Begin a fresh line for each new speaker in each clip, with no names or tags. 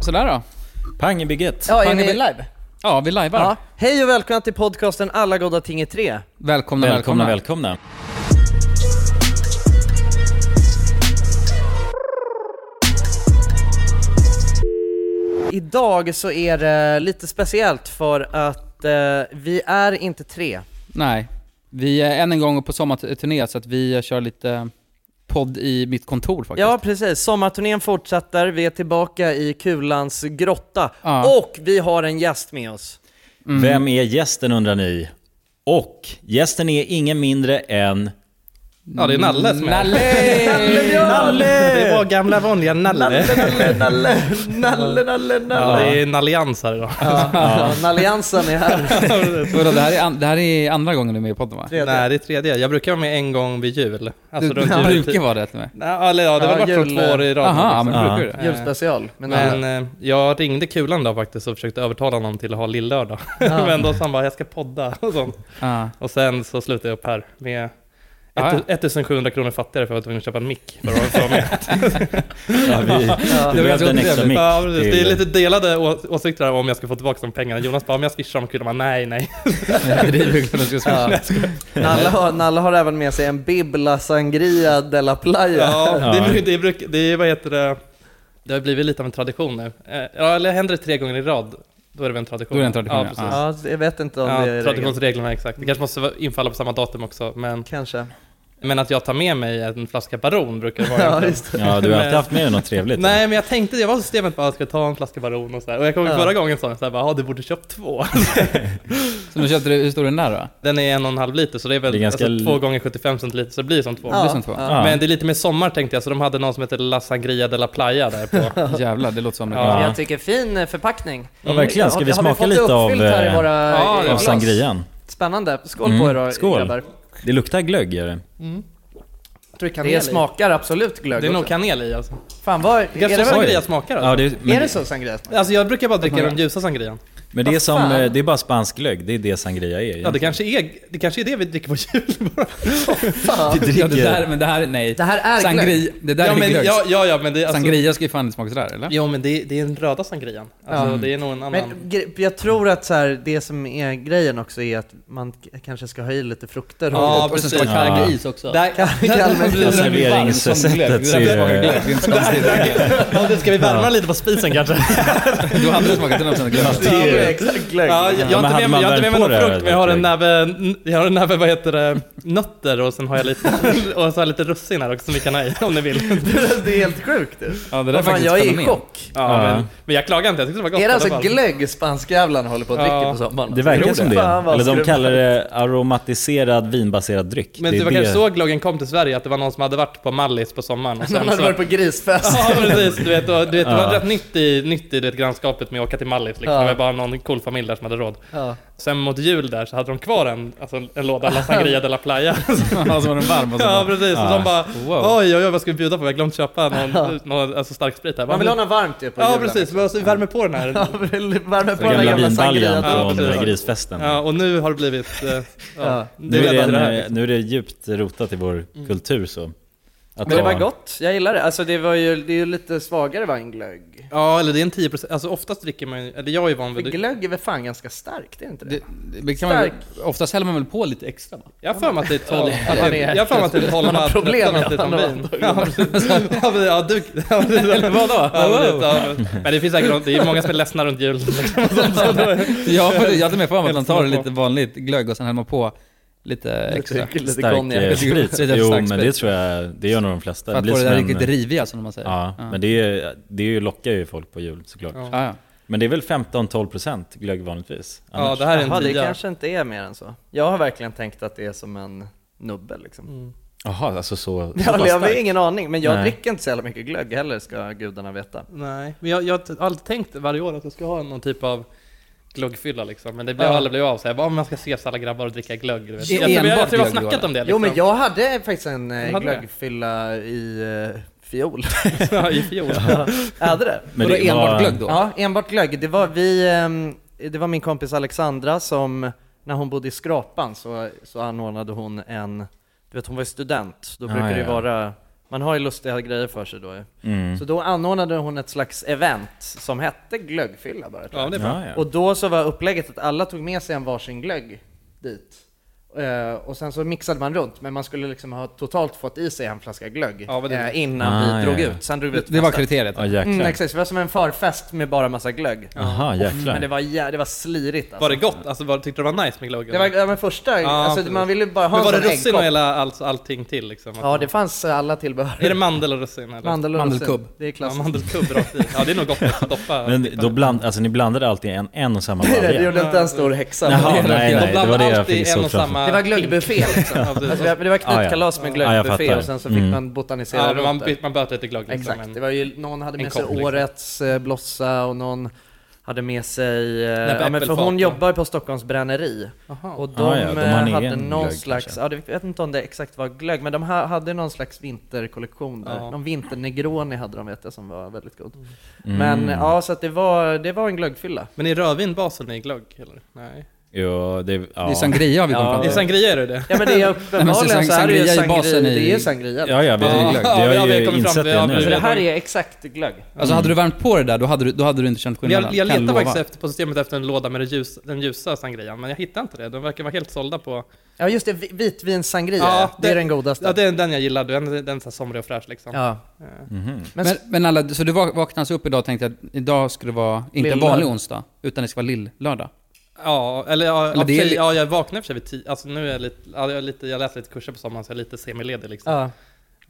Sådär då.
Pang i bygget.
Ja, är
Pang i
ni
bild.
live?
Ja, vi lajvar.
Ja. Hej och välkomna till podcasten Alla goda ting är tre.
Välkomna,
Välkomna,
välkomna.
välkomna.
Idag så är det lite speciellt för att eh, vi är inte tre.
Nej. Vi är än en gång på sommarturné så att vi kör lite podd i mitt kontor faktiskt.
Ja precis, sommarturnén fortsätter, vi är tillbaka i Kulans grotta
Ja.
och vi har en gäst med oss.
Mm.
Vem är gästen undrar ni? Och gästen är ingen mindre än...
Ja, det är Nalle som är här.
Nalle!
Det är vår gamla vanliga Nalle. Det är en allians här idag.
Ja. Alliansen är här.
Vadå, det, här är an- det här är andra gången du är med i podden va?
Nej, det är tredje. Jag brukar vara med en gång vid jul.
Du, du
Alltså
brukar vara det till mig.
Nej, eller ja, det
Ja,
har väl varit
jul-
från två år i rad.
Jaha, men
Ja.
brukar du det?
Julspecial. Men,
Men eh, jag ringde Kulan då faktiskt och försökte övertala honom till att ha lillördag.
Ja.
Men då sa han bara, jag ska podda och sånt.
Ja.
Och sen så slutade jag upp här med
Ja, ja.
1700 kronor fattigare för jag var tvungen att köpa en mick för att vara med.
Ja, vi,
Ja.
vi behövde en
trodde
extra
det.
mick.
Ja, precis. Det är
till-
lite delade å- åsikter här om jag ska få tillbaka de pengarna. Jonas bara, om jag swishar dem, Kulan bara, nej, nej.
Det är ju för att du ska
Ja. Nalle, har, Nalle har även med sig en Bibla Sangria de la Playa.
Ja,
Ja.
det, bru- det, bruk, det, är- vad heter det, det har blivit lite av en tradition nu. Eh, Ja, eller händer det tre gånger i rad, då är det väl en tradition?
Då är det en tradition, ja.
ja. Precis.
Ja, jag vet inte om
Ja,
det är regel.
traditionsreglerna, exakt. Det kanske måste vara- infalla på samma datum också, men,
Kanske.
men att jag tar med mig en flaska Baron brukar det vara.
Ja,
egentligen.
just det.
Ja, du har alltid haft med dig något trevligt.
Nej, men jag tänkte, jag var i systemet bara, ska jag ta en flaska Baron och så här. Och jag kommer
Ja.
ihåg förra gången sa jag så här, bara, "Ja, du borde köpt två.
Så nu köpte du, hur stor är den där då?
Den är en och en halv liter, så det är väl
Det är ganska
alltså,
li-
två gånger 75 centiliter, så det blir som två.
Ja. som två.
Ja.
Men det är lite mer sommar tänkte jag, så de hade någon som heter La Sangria de la Playa där på.
Jävlar, det låter som det.
Ja.
Jag tycker fin eh, förpackning.
Ja, verkligen. Ska
Har-
vi
har
smaka
fått det
lite av,
uppfyllt här i
eh,
våra
ja,
i
av
av
glas?
sangrian?
Spännande. Skål på
Mm,
er eh,
skål.
grabbar.
Det luktar glögg gör det.
Jag tror kanel
Det
i.
smakar absolut glögg
Det är nog
också.
kanel i alltså.
Fan vad... Är
Det kanske
det, väl,
är
Oj.
sangria smakar alltså.
Ja, det men,
är det så sangria?
Alltså jag brukar bara dricka den ljusa sangrian.
Men det är, som,
fan?
eh, det är bara spansk glögg, det är det sangria är.
Ja, det, kanske är, det kanske är det vi dricker på jul bara.
Fan.
Vi
Ja, det där,
dricker...
men det här, nej.
Det här är glögg.
Sangri, det där
ja,
är
men,
glögg.
ja, ja, ja, men det är alltså,
Sangria ska ju fan inte smaka sådär, eller?
Jo, men det, det är den röda sangrian. Alltså det är nog en annan.
Men gre- jag tror att så här, det som är grejen också är att man k- kanske ska ha i lite frukter.
Ja,
Och sen ska det
precis.
vara
Ja.
kargis också.
Där,
Kalmar.
Ja, Alltså, serveringssättet så
Det där smakar
är
glögg, det är inte så konstigt.
ja, det ska vi värma lite på spisen kanske?
Då hade det smakat 100% glögg.
Ja, det är exakt glögg.
Ja, jag, jag,
men
har
hade
inte
man
med, mig- jag har inte
värmt
med mig
på
någon
det här
frukt, men jag har en
lite?
näve, jag har en näve, vad heter det, nötter och sen har jag lite, och så har jag lite russin här också som vi kan ha i om ni vill.
Det är helt sjukt. Det.
Ja, det där är
Vad fan,
faktiskt
jag
ett
är i
fenomen.
chock.
Ja,
Ja.
men, men jag klagar inte, jag tyckte det var gott.
Är det
i alla
alltså
fall.
glögg spanskjävlarna håller på att dricka
Ja.
på sommaren?
Det verkar som det.
Fan, vad
Eller de
skrumt.
kallar det aromatiserad vinbaserad dryck.
Men
det
det,
är
var kanske så glöggen kom till Sverige, att det var någon som hade varit på Mallis på sommaren och
Någon
sen
hade
så...
varit på grisfest.
Ja precis, du vet, och, du vet det var
Ja.
rätt nytt i, nytt i det grannskapet med att åka till Mallis liksom.
Ja.
Det var bara någon cool familj där som hade råd.
Ja.
Sen mot jul där så hade de kvar en, alltså, en låda La Sangria de la Playa.
Ja, så var den varm och så bara-
ja precis, och
Ja.
de bara
Wow.
oj oj oj vad ska vi bjuda på? Vi har glömt köpa någon, någon alltså, stark sprit här.
Man vill ha något varmt ju på
Ja
julen. liksom.
precis, men alltså, vi värmer på den här.
Ja, vill värma på
Den
den här
gamla
gamla
vinbaljan
sangrian.
Ja,
från
precis.
eh, grisfesten.
Ja, och nu har det blivit... eh,
Ja.
ja, det
Nu är,
är
det
det här. liksom. Mm.
en, nu är det djupt rotat i vår kultur så. Att
Men det var
ha-
gott, jag gillar det. Alltså det var ju, det är ju lite svagare va än glögg.
Ja, eller det är en 10%, alltså oftast dricker man ju, eller jag är van
För
vid...
glögg är väl fan ganska starkt, är det inte det?
Det, det kan man, väl- oftast häller man väl på lite extra va?
Jag har för mig att det är 12
han är-
Jag har för mig att det är 12
han har problem,
att det är
ja, han har
vin. Ja, precis. Ja, men- ja, du... ja, precis.
Vadå?
Ja, precis, ja, men- Men det finns säkert något- det är många som är ledsna runt jul. liksom, och sånt, så då-
Ja, för det- jag hade med för mig att man tar
Hälsar på.
lite vanligt glögg och sen häller man på lite extra.
Lite, lite
Stark eh,
konjak.
sprit.
Lite
Jo,
stark
men
sprit.
det tror jag, det gör nog de flesta.
För att
blir
få det
som
där
en-
riktigt riviga som man säger.
Ja, men det, är, det är ju lockar ju folk på jul såklart.
Ja.
ja, ja.
Men det är väl 15-12% glögg vanligtvis?
Ja,
Annars-
det här är
Jaha,
en
det
tia.
kanske inte är mer än så. Jag har verkligen tänkt att det är som en nubbe liksom.
Mm.
Jaha, alltså så, så
Jag
pass
har- jag har
starkt.
ingen aning, men jag
Nej.
dricker inte så jävla mycket glögg heller ska gudarna veta.
Nej, men jag, jag har alltid tänkt varje år att jag ska ha någon typ av glöggfylla liksom. Men det blev
Ja.
aldrig blev av. Så jag bara, "Ah, men man ska ses alla grabbar och dricka glögg. Du vet.
Det är
Jag, tror- jag, jag
enbart
tror jag har
glögg då,
snackat om det
Jo
liksom.
men jag hade faktiskt en eh,
Hade du?
glöggfylla i eh, fjol.
Ja, I fjol.
Jag hade det.
Men
Vadå,
det
enbart
var-
glögg då?
Ja, enbart glögg. Det var, vi, ehm, det var min kompis Alexandra som, när hon bodde i Skrapan så, så anordnade hon en, du vet hon var ju student, då
Ah,
brukar det ju
ja.
vara Man har ju lustiga grejer för sig då ju.
Mm.
Så då anordnade hon ett slags event som hette glöggfylla bara. tror jag.
Ja, det är bra.
ja, ja.
Och då så var upplägget att alla tog med sig en varsin glögg dit. Eh, och sen så mixade man runt, men man skulle liksom ha totalt fått i sig en flaska glögg
Ja, vad det-
eh, innan
Ah,
vi drog
ja, ja.
ut. Sen drog vi ut
Det var
massa.
kriteriet.
Ja, jäklar.
Mm, exakt, så det var som en förfest med bara massa glögg.
Aha, jäklar.
Men det var, jä- det var slirigt alltså.
Var det gott? Alltså, var, tyckte du det var nice med glöggen?
Det var, ja, men första,
Ja,
alltså,
precis.
man ville bara ha
Men
en
var det
sån
russin och
äggkopp.
hela, allt, allting till liksom?
Ja, det fanns eh, alla tillbehör.
Är det mandel och russin eller?
Mandel och
Mandelkubb.
russin. Det är
ja,
klassiskt.
mandelkubb rakt i. Ja, det är nog gott att doppa.
Men då bland, alltså ni blandade alltid en, en och samma
Nej, nej, det
balja?
gjorde inte en stor häxa.
Jaha,
det,
nej, nej,
de
det var
blandade
det jag
alltid
fick
en
så
och samma-
framför.
det var glöggbuffé liksom.
Ja, precis.
alltså, vi- det var knytkalas med
Ah, ja. Ja, jag
glöggbuffé
fattar.
och sen så fick
Mm.
man botanisera
Ja, men
runt
man,
där.
byt- man böt lite glögg liksom.
Exakt,
men-
det var ju, någon hade
en
med sig
kopp, liksom.
årets eh, blossa och någon hade med sig, eh, ja,
Nej,
men för
äppelfat,
hon
va?
jobbar på Stockholms bränneri
Jaha.
och de,
Ah, ja, de har en
eh, hade
egen
någon
glögg,
slags,
kanske.
ja, det, jag vet inte om det exakt var glögg, men de ha, hade någon slags vinterkollektion där.
Ja.
Någon vinternegroni hade de vet jag som var väldigt god.
Mm.
Men ja, så att det var, det var en glöggfylla.
Men är rödvin basen i glögg? Eller? Nej.
Jo, det,
Det är
ja.
sangria har vi kommit
Ja.
fram
I
till.
sangria är det det?
Ja men det är
Nej, men så
uppenbarligen så här är ju
sangria är ju
sangria,
basen i-
det är ju sangria.
Ja, ja, vi,
Ja,
det,
ja, vi
har
har
ju
kommit
insett
fram till- ja,
det
Alltså det
nu.
här är exakt glögg.
Alltså hade du värmt på det där, då hade du, då hade du inte känt
Men
skillnaden.
jag, jag
kan
letade
lova.
faktiskt efter, på systemet efter en låda med det ljus, den ljusa sangrian, men jag hittade inte det. De verkar vara helt sålda på...
Ja just det, vi- vitvinssangria,
Ja,
det, är
det-
den godaste.
Ja, det är den jag gillade. Den, den är så här somrig och fräsch liksom.
Ja.
Eh,
Mhm.
Men,
Men, men alla, så du vak- vaknade alltså upp idag och tänkte att idag skulle det vara, inte en
Lill-lördag.
vanlig onsdag, utan det ska vara lill-lördag.
Ja, eller, ja,
Eller
ja,
det är
för sig-
li-
ja, jag vaknade i och för sig vid tio. Alltså nu är jag lite, ja, jag, är lite, jag läste lite kurser på sommaren så jag är lite semiledig liksom.
ja.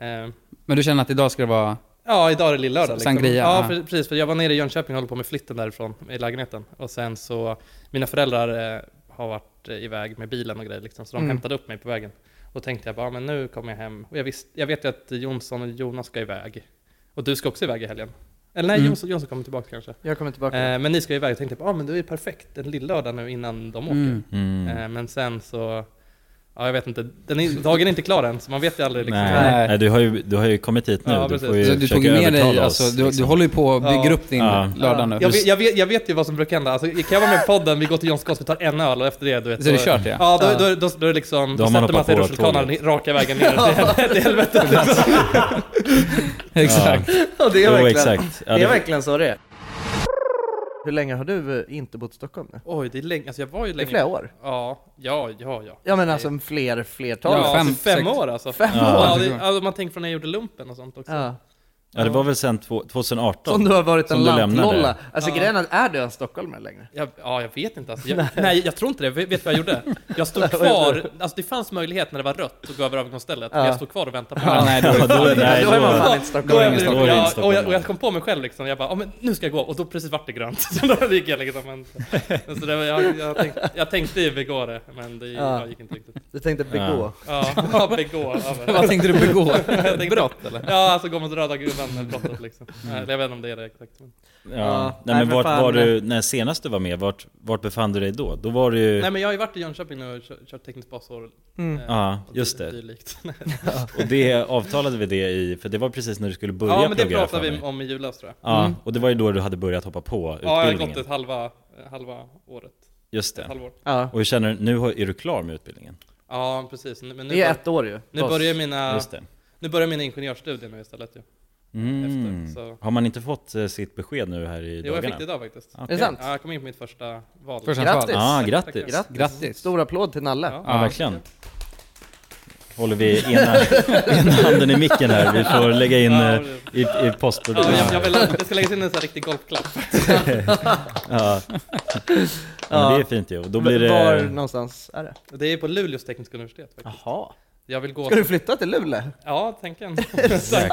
Eh,
Men du känner att idag ska det vara...
Ja, idag är det lill-lördag.
Sangria,
Ja,
ja.
för, precis. För jag var nere i Jönköping och höll på med flytten därifrån, i lägenheten. Och sen så, mina föräldrar eh, har varit eh, iväg med bilen och grejer liksom, så de
Mm.
hämtade upp mig på vägen. Då tänkte jag bara, "Ja, men nu kommer jag hem. Och jag, visst, jag vet ju att Jonsson och Jonas ska iväg. Och du ska också iväg i helgen. Eller nej,
Mm.
Jonsson, Jonsson kommer tillbaka kanske.
Jag kommer tillbaka.
Eh, men ni ska iväg, jag tänkte bara, ah, men du är ju perfekt, en lill-lördag nu innan de åker.
Mm.
Mm.
Eh, men sen så, ja jag vet inte, den är, dagen är inte klar än, så man vet ju aldrig liksom.
Nej, Nej, du har, ju, du har ju kommit hit nu.
Ja,
du
precis.
får ju
Så du tog
försöka
ju med dig,
övertala oss,
alltså, du, du
liksom.
håller ju på och bygger
Ja.
upp din
Ja.
lördag nu.
Jag vet, jag, vet, jag vet ju vad som brukar hända. Alltså, kan jag vara med i podden, vi går till Johns Kost, vi tar en öl och efter det, du vet.
Så är det kört ja.
Ja, då, då, då, då, är det liksom,
Då
då
har man
sätter man
hoppat
sig i
på
rutschkanan raka vägen ner till, till helvetet. Liksom.
Exakt.
Ja, det är,
Jo,
verkligen,
exakt. Ja,
det är
det,
verkligen så det är. Hur länge har du eh, inte bott i Stockholm nu?
Oj, det är länge, alltså jag var ju
Det är
länge.
flera år?
Ja, ja, ja, ja.
Ja men alltså fler, flertal?
Ja,
Ja, fem,
fem, alltså, fem
sex.
år alltså.
Fem
Ja,
Ja.
år?
det, alltså, man tänker från när jag gjorde lumpen och sånt också.
Ja.
ja, det var väl sen två-
Som
2018?
du har varit en
Som du lämnade.
lantlolla? Alltså
Ja.
grejen är, är du en stockholmare längre?
Jag, ja, jag vet inte alltså. jag, Nej, jag tror inte det. Vet vet du vad jag gjorde? Jag stod kvar, alltså det fanns möjlighet när det var rött att gå över övergångsstället, men
Ja.
jag stod kvar och väntade på
Ja,
det.
nej, då är det
då är-
fan-
nej,
då är man fan inte
Då
stockholmare.
är
ingen
det-
stockholmare.
ja, och, jag, och jag kom på mig själv liksom, jag bara, ja men nu ska jag gå, och då precis vart det grönt. Så då gick jag liksom. Men, så det var, jag, jag, tänkte, jag tänkte ju begå det, men det
Ja.
ja, gick inte riktigt.
Du tänkte begå?
Ja, begå. ja, men-
Vad tänkte du begå?
jag tänkte-
Brott eller?
Ja, alltså gå mot röda gubben, brottet liksom. Eller jag vet inte om det är det exakt. men-
Ja. Nej,
Nej,
men
men
vart
fan.
var du, när senast du var med, vart, vart befann du dig då? Då var du ju...
Nej men jag har ju varit i Jönköping nu och kö- kört tekniskt basår.
Mm.
eh,
Ja,
och
just
dy-
det.
dylikt.
Och det avtalade vi det i, för det var precis när du skulle börja
Ja men det
plugga,
pratade
för
vi
mig.
om i julas tror jag.
Ja,
Mm.
och det var ju då du hade börjat hoppa på
Ja, jag har
utbildningen.
gått ett halva, eh, halva året.
Just
Ett
det.
halvår.
Ja.
Och hur känner du, nu har- är du klar med utbildningen?
Ja, precis. Nu- Men nu,
Det är
bör,
ett år ju.
nu
Boss.
börjar mina,
Just det.
nu börjar mina ingenjörsstudier nu istället ju.
Mm.
Efter, så.
Har man inte fått eh, sitt besked nu här i
Jo, jag fick
dagarna?
det idag faktiskt.
Okej.
Är det sant?
Ja, jag kom in på mitt första val.
Första
Grattis!
Ja, ah,
Tack,
grattis!
tack.
Grattis.
Stor applåd till Nalle.
Ja.
Ja, verkligen. Håller vi ena, ena handen i micken här, vi får lägga in
Ja,
eh,
det-
i, i postproduktion.
ja, jag, jag vill, det ska läggas in en sån här riktig golfklapp.
Ja. Ja, men det är fint ju. Och Då blir
Var
det...
någonstans är det?
Det är på Luleås tekniska universitet faktiskt.
Jaha.
Jag vill gå...
Ska du flytta till Luleå?
Ja, tänken.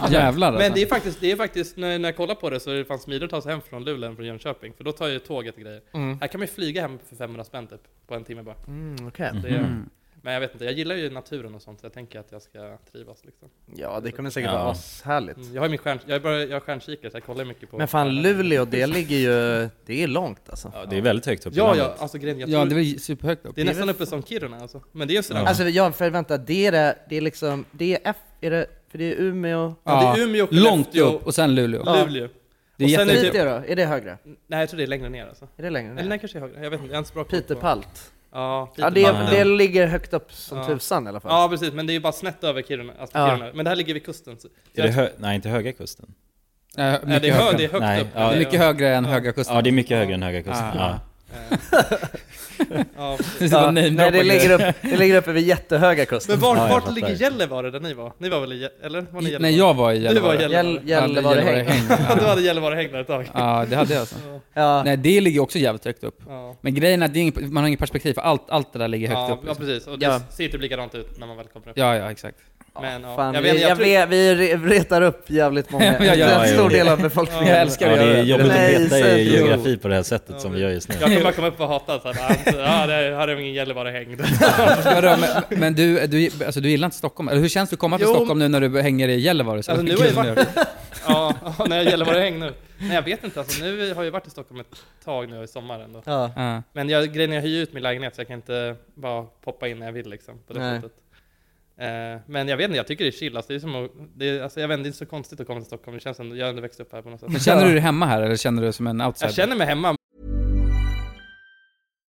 Jävlar
Men det
alltså.
är faktiskt, det är faktiskt när, när jag kollar på det så är det fan smidigare att ta sig hem från Luleå än från Jönköping. För då tar jag ju tåget och grejer.
Mm.
Här kan man ju flyga hem för 500 spänn typ, på en timme bara.
Mm, Okej.
Det är,
Mm.
Men jag vet inte, jag gillar ju naturen och sånt så jag tänker att jag ska trivas liksom.
Ja, det kommer säkert
Ja.
vara ashärligt.
Mm, Jag har ju min stjärn, jag, är bara, jag har stjärnkikare så jag kollar mycket på...
Men fan Luleå, det ligger ju... Det är långt alltså.
Ja, det är väldigt högt upp i
Ja, ja,
landet.
alltså grejen, jag tror,
Ja, det
det,
var ju superhögt upp.
är nästan uppe som Kiruna alltså. Men det är ju sådär.
Ja.
Ja.
Alltså jag, för vänta, det är det, det är liksom, det är F, är det, för det är Umeå,
det är Umeå,
Långt
Skellefteå,
upp och sen Luleå.
Ja.
Luleå.
Det är
Och sen är
jättehögt.
det-
Piteå då? Är det högre?
Nej jag tror det är längre ner alltså.
Är det längre
Eller
ner?
nej kanske är högre, jag vet inte, jag är inte så bra koll på-
Peterpalt?
Ja,
Ja, det,
Man-
det ligger högt upp som
Ja.
tusan i alla fall.
ja, precis. Men det är ju bara snett över Kiruna. Alltså,
Ja.
Kiruna. Men det här ligger vid kusten. Så.
Är det hö- Nej, inte Höga Kusten.
Eh,
Nej,
mycket
det är, hö- det är högt
Nej,
upp.
ja,
Det är-
Mycket högre än
Ja.
Höga Kusten.
Ja, det är mycket högre än Höga Kusten.
Ah.
Ja.
eh, ja, precis.
Precis, det var
Ja,
name
nej, det
dropping.
ligger, upp, det ligger uppe vid jättehöga kusten.
Men vart,
Ja, jag
vart
fattar.
ligger Gällivare där ni var? Ni var väl i Gäll- eller? Var ni i Gällivare?
Nej, jag var i
Du var i
Gällivare.
Gällivare.
Gäll-
Jag hade
Gällivare häng.
Ja, du
Ja.
hade Gällivare häng där ett tag.
Ja, det hade jag alltså.
Ja.
Nej, det ligger också jävligt högt upp.
Ja.
Men grejen är att det är ingen, man har inget perspektiv, för allt, allt det där ligger högt
Ja,
upp.
ja,
Liksom.
precis. Och det
Ja.
ser ju typ likadant ut när man väl kommer upp.
Ja, ja, exakt.
Men, ja.
Fan,
jag vet,
vi,
jag
jag
tror-
vet, vi re- retar upp jävligt många.
Ja, ja,
ja,
en stor
jo.
del av
Ja,
befolkningen.
jag älskar
Ja, det är jobbigt att
Nej,
peta
sätt-
i geografi på det här sättet som vi gör just nu.
Jag kommer komma upp och hata så här, alltså, ja, det här är ingen Gällivare häng.
Men, men, men du, du, alltså, du gillar inte Stockholm? Eller hur känns det att komma till
Jo.
Stockholm nu när du hänger i Gällivare? Så
Alltså, nu
mycket
har jag
kul
varit Ja, ja, nej, Gällivare häng nu. Nej, jag vet inte. Alltså, nu har jag varit i Stockholm ett tag nu i sommar ändå.
Ja.
Ja.
Men jag, grejen är jag hyr ju ut min lägenhet så jag kan inte bara poppa in när jag vill liksom på det
Nej.
sättet. Eh, men jag vet inte, jag tycker det är chill. Alltså, det är som att, det är, alltså, jag vet inte, det är inte så konstigt att komma till Stockholm. Det känns ändå, jag har ändå växt upp här på något sätt.
Men känner du dig hemma här, eller känner du dig som en outsider?
Jag känner mig hemma,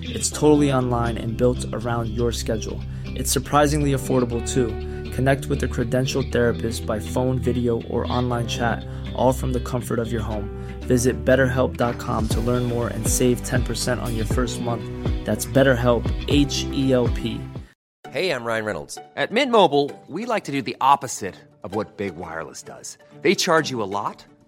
It's totally online and built around your schedule. It's surprisingly affordable too. Connect with a credentialed therapist by phone, video, or online chat, all from the comfort of your home. Visit betterhelp.com to learn more and save 10% on your first month. That's BetterHelp, H E L P.
Hey, I'm Ryan Reynolds. At Mint Mobile, we like to do the opposite of what Big Wireless does. They charge you a lot,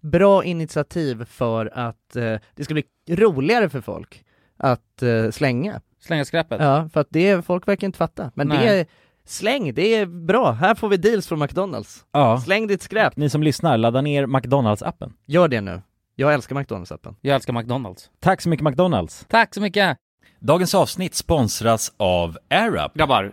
bra initiativ för att eh, det ska bli roligare för folk att eh, slänga.
Slänga skräpet.
Ja, för att det, folk verkar inte fatta. Men det
Nej.
är, släng, det är bra. Här får vi deals från McDonalds.
Ja.
Släng ditt skräp.
Ni som lyssnar, ladda ner McDonalds-appen.
Gör det nu. Jag älskar McDonalds-appen.
Jag älskar McDonalds.
Tack så mycket McDonalds!
Tack så mycket!
Dagens avsnitt sponsras av AirUp.
Grabbar,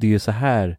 det är ju så här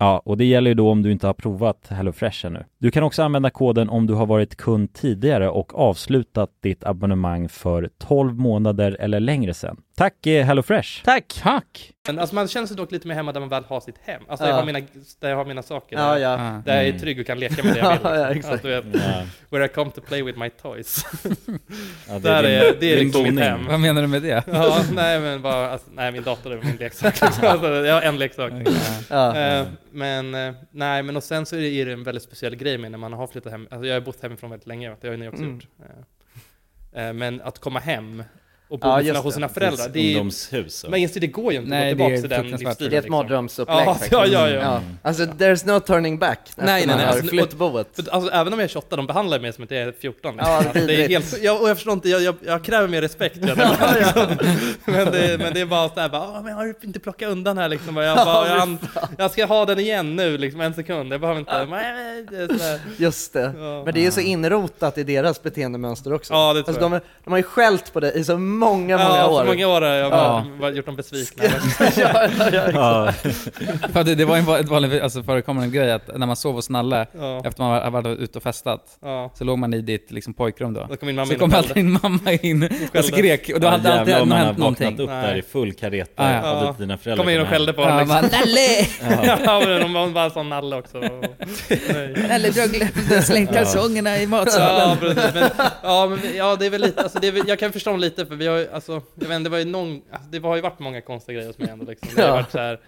Ja, och det gäller ju då om du inte har provat HelloFresh ännu. Du kan också använda koden om du har varit kund tidigare och avslutat ditt abonnemang för 12 månader eller längre sedan. Tack eh, HelloFresh!
Tack!
Tack!
Men alltså man känner sig dock lite mer hemma där man väl har sitt hem.
Ja.
Alltså där, jag har mina, där jag har mina saker. där,
ja.
där jag är trygg och kan leka med det jag vill.
Mm. Ja, ja,
liksom.
exakt.
Att du vet, Where I come to play with my toys.
Ja,
där är, det är
din
liksom mitt
boning.
hem.
Vad menar du med det?
Ja, nej men bara, alltså, nej min dator är min leksak. liksom. Alltså, jag har en leksak.
Ja.
Eh, men eh, nej, men och sen så är det, är det en väldigt speciell grej med när man har flyttat hem. Alltså jag har bott hemifrån väldigt länge, vet du, det har ju ni också
Mm.
gjort. Eh, eh, men att komma hem och bo
Ja,
med sina,
just det.
hos sina föräldrar, det är
Ungdomshus. och-
men inser det går ju inte
Nej,
att gå tillbaka
det är
till den
fruktansvärt.
livsstilen.
Det är ett
liksom.
mardrömsupplägg
Ja,
faktiskt.
ja, ja, ja.
Alltså there's no turning back efter
nej,
man
nej,
har
alltså,
flyttboet.
För, alltså, även om jag är 28, de behandlar mig som att jag är 14.
Ja,
Alltså, det är
vidrigt.
helt, jag, och jag förstår inte, jag, jag, jag kräver mer respekt. Jag, men, det, men det är bara såhär, bara, "Åh, men har du inte plockat undan här liksom? Och Jag, bara, jag, jag ska ha den igen nu, liksom, en sekund. Jag behöver inte... men, eh, det är så här.
Just det.
Ja.
Men det är ju så inrotat i deras beteendemönster också.
Ja, det tror
alltså, de, de har ju skällt på dig i så många, många
ja,
år.
så många år har jag
Ja.
bara gjort dem besvikna.
ja, ja, ja.
Ja,
För att det, det var en va- ett vanligt alltså, förekommande grej att när man sov hos Nalle,
Ja,
efter man har varit ute och festat,
ja.
så låg man i ditt liksom, pojkrum då.
Då kom min mamma
Så
in och
kom alltid
skällde.
din mamma in och skrek, och då hade det alltid
jävlar om man har
hänt
vaknat
någonting.
upp där i full kareta
Ja, ja.
av att dina föräldrar
Kom in och
kommer hem.
skällde på
Ja,
honom. Liksom.
man, Nalle!
Ja, men de var bara sån nalle också. Nej.
Nalle, du har glömt slängt kalsongerna i matsalen.
Ja, precis. Men, ja, men, ja, det är väl lite, alltså, det är, väl- jag kan förstå dem lite, för vi har ju, alltså, jag vet, inte, det, var ju någon, alltså, det har ju varit många konstiga grejer hos mig ändå liksom. Det har
Ja.
varit så här,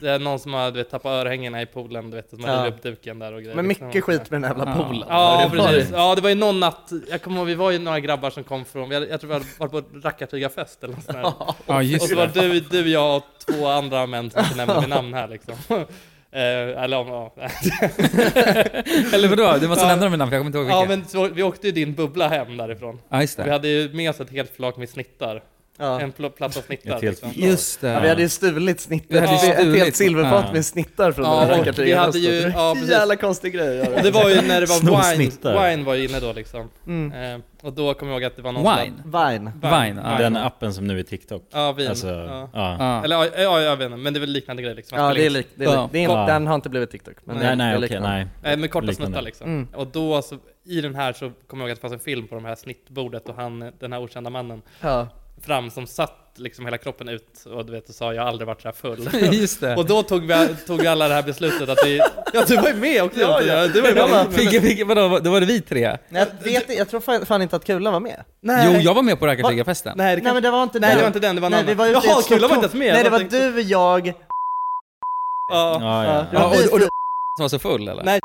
det är någon som har du vet, tappat örhängena i poolen, du vet, som har
Ja.
rivit upp duken där och grejer.
Men
liksom.
mycket skit med den här jävla
Ja.
poolen.
Ja,
Har det varit?
precis. Ja, det var ju någon natt, jag kommer ihåg, vi var ju några grabbar som kom från, vi hade, jag tror vi hade varit på en rackartygafest eller något sånt där.
Ja,
Och
just
så var
det.
du, du, jag och två andra män som inte nämnde med namn här liksom. Eh, eller om, ja.
Eller vadå? Du måste
Ja.
nämna dem innan för jag kommer inte ihåg vilka.
ja men så, vi åkte ju din bubbla hem därifrån.
Ja, just
Vi
det.
hade ju med oss ett helt flak med snittar.
Ja.
En pl- platta snittar.
Ett helt
liksom.
Just
Ja, vi
det.
hade ju stulit
Vi
snittar,
hade ju
ett
stulit.
helt silverfat
Ja.
med snittar från
Ja,
den här
och vi
rackartygen. Alltså,
hade ju- ja,
en
precis.
jävla konstig grej.
Och det var ju när det
Snor
var wine,
snittar.
wine var ju inne då liksom.
Mm.
Eh, och då kommer jag ihåg att det var någon som
Wine.
Vine.
hade-
Vine, ja.
Den appen som nu är TikTok.
Ja, vin.
Alltså,
ja.
ja.
Ja.
Eller ja, ja, jag vet inte, men det är väl liknande grej liksom.
Ja,
Man
det är
skulle
likt. Det är likt. Det är inte,
Ja.
Den har inte blivit TikTok. Men det
Nej,
är
nej, okej,
liknande.
nej.
Eh, med korta
Liknande.
snuttar liksom.
Mm.
Och då så, i den här så kommer jag ihåg att det fanns en film på det här snittbordet och han, den här okända mannen
Ja.
fram som satt liksom hela kroppen ut och du vet, och sa jag har aldrig varit så här full.
Just det.
och då tog vi, tog vi alla det här beslutet att vi... Ja, du var ju med också!
Ja, ja.
Du var ju med.
Vilka, vilka, vadå, då var det vi tre?
Nej, jag, vet, jag tror fan, fan inte att Kulan var med.
Nej.
Jo, jag var med på rackarfesten.
Nej, det
Nej
kan...
men det var inte
Nej,
den.
det var inte den, det var en
Nej,
annan.
vi var ute i ett
Jaha,
stort
Kulan var
tåg.
inte ens med.
Nej, det
Jag
var
tänkte-
du, jag,
Ja.
Ja, ja,
det
ja.
Ja,
var
och,
vi
och du
tre-
som var så full eller?
Nej.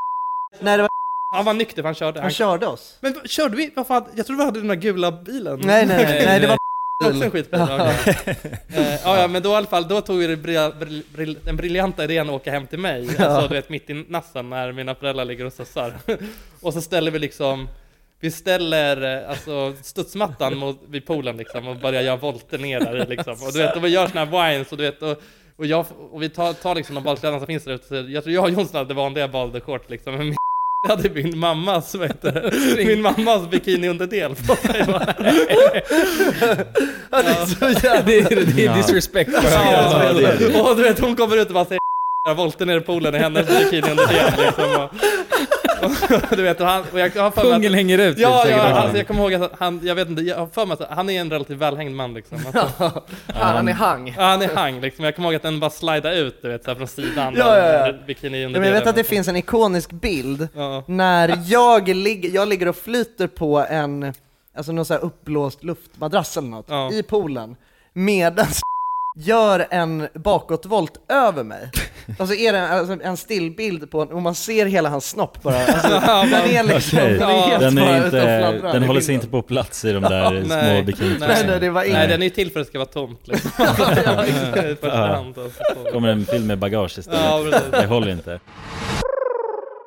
Nej, det var
Han var nykter för han körde.
han
Han...
körde oss.
Men vad- körde vi? Vad fan? Jag trodde vi hade den där gula bilen.
Nej, nej, nej, nej det var
Det var också en skitbil. Ja. ja, ja, men då i alla fall, då tog vi det bri- bri- bri- den briljanta idén att åka hem till mig. Alltså, du vet, mitt i natten när mina föräldrar ligger och sussar. och så ställer vi liksom, vi ställer eh, alltså studsmattan mot, vid poolen liksom och börjar göra volter ner där i liksom. Och du vet, och vi gör såna här wines och du vet, och, och, jag, och vi tar, tar liksom de badkläderna som finns där ute. Så Jag tror jag och Jonsson hade vanliga badshorts liksom. Men min hade min mammas, vad heter det? Min mammas bikiniunderdel på sig.
det, är, det är disrespect för högre.
Ja, och du vet, hon kommer ut och bara säger jag volter ner i poolen i hennes bikini under det liksom. Och, och, du vet, och, han, och jag har för mig
Pungen
att,
hänger ut.
Ja,
typ,
ja
säkert.
alltså, jag kommer ihåg att han, jag vet inte, jag har för mig att han är en relativt välhängd man liksom. Alltså,
han är hang.
ja, han är hang liksom, jag kommer ihåg att den bara slidade ut du vet, så här, från sidan.
Ja, ja, ja.
där, Bikini under liksom.
Ja, men jag vet att det finns en ikonisk bild
Ja.
när jag, ligger jag ligger och flyter på en, alltså någon så här uppblåst luftmadrass eller något,
Ja.
i poolen, medan gör en bakåtvolt över mig. Och så är det en, alltså en stillbild på en, och man ser hela hans snopp bara. Alltså, den är liksom,
Okej.
den
Den,
är helt bara
är
ute
inte,
och fladdrar
den
i
håller sig
bilden.
inte på plats i de där små
Nej,
Nej, nej,
bikinitrossorna.
det var
Nej,
inget.
den är ju till för att det ska vara tomt liksom. I första hand. Alltså,
kommer en film med bagage istället.
ja, precis.
Det håller inte.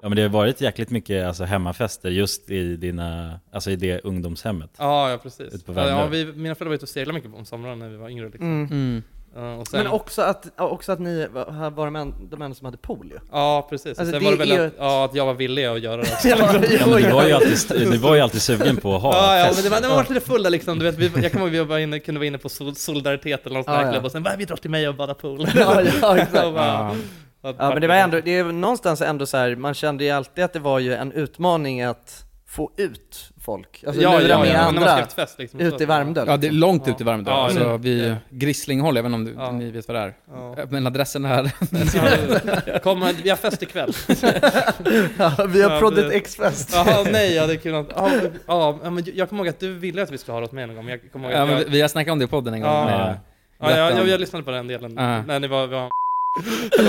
Ja men det har varit jäkligt mycket alltså, hemmafester just i dina, alltså i det ungdomshemmet.
Ja, ja precis.
Ute på Värmdö.
ja, vi, mina föräldrar var ute och seglade mycket på somrarna när vi var yngre. Liksom.
Mm.
Ja, och sen,
Men också att, ja, också att ni var, var de, en, de enda som hade pool ju.
ja, precis.
Alltså,
och sen
det
var det
är
väl
ju
att,
ett-
ja, att jag var villig att göra det. också.
Ja, men du, var ju alltid, du var ju alltid sugen på att ha
Ja, ja,
fest.
men det var, det var lite fulla liksom. Du vet, vi, jag kommer ihåg vi var inne, kunde vara inne på sol, solidaritet eller någon sån
Ja,
här
ja.
klubb och sen bara, vi drar till mig och badar pool.
Ja, ja, exakt.
Och bara- att-
Ja men det var ändå, det är någonstans ändå så här, man kände ju alltid att det var ju en utmaning att få ut folk. Alltså
ja,
lura
ja,
med
ja, när man ska
andra
efter fest liksom.
ut i Värmdö.
Ja, det är långt ut i Värmdö.
Ja,
alltså,
det-
vi,
det-
Grisslinghåll, även om du,
Ja.
ni vet vad det är.
Ja.
Men adressen är...
Ja, Kom, vi har fest ikväll.
Ja, vi
Ja,
har proddat
det-
X-fest.
Ja, nej, ja, det är kul att, ja, ja, men jag kommer ihåg att du ville att vi skulle ha det åt mig någon gång. men Jag kommer ihåg
ja,
att
men
jag,
vi- vi har snackat om det i podden en gång.
Ja.
med-
ja, jag,
berätta om-
jag, jag lyssnade på den delen
Ja.
när ni var, var det var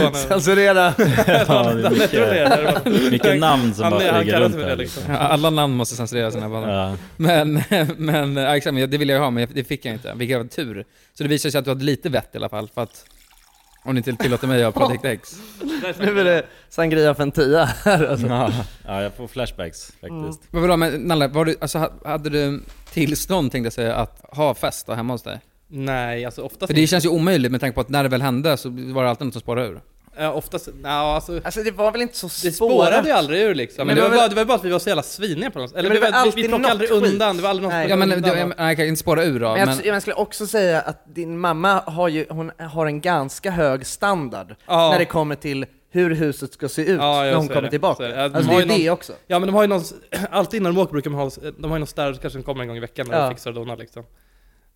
när-
Censurera!
Ja, det är
Jag tror det
mycket,
är det.
mycket namn som
Han-
bara
han
flyger
kallas
runt
för
där.
det,
Liksom.
Ja, Alla namn måste censureras i den här podden.
Ja.
Men, men ja, exakt, men det ville jag ha, men jag- det fick jag inte. Vilket var tur. Så det visar sig att du hade lite vett i alla fall, för att... Om ni inte tillåter mig att göra Project X.
Nu är det sangria för en tia här alltså.
Ja. ja, jag får flashbacks
Mm.
faktiskt.
Men vadå, men Nalle, var du, alltså, ha- hade du tillstånd tänkte jag säga att ha fest då hemma hos dig?
Nej, alltså oftast
För det känns ju omöjligt med tanke på att när det väl hände så var det alltid något som spårade ur.
Ja, oftast, nej, alltså,
Alltså det var väl inte så
det spårade ju aldrig ur liksom.
Men
men
det
det, var
var
bara, det var bara att vi var så jävla sviniga på något sätt. Eller
Men det
det
var
var, vi, vi
alltid
plockade aldrig
något skit.
undan, det var aldrig någon som
Nej.
Ja men, det,
plockade
jag,
undan.
men- nej, jag kan inte spåra ur då,
Men jag,
men...
men jag skulle också säga att din mamma har ju, hon har en ganska hög standard
Ja.
när det kommer till hur huset ska se ut
Ja, ja,
när hon
så är
kommer
det. Så
tillbaka.
är det. Ja, de
Alltså det
har
är
ju
det
någon-
också.
Ja men de har ju någon, alltid innan de åker brukar de ha, de har ju någon stärk kanske som kommer en gång i veckan när
Ja.
de fixar och donar liksom.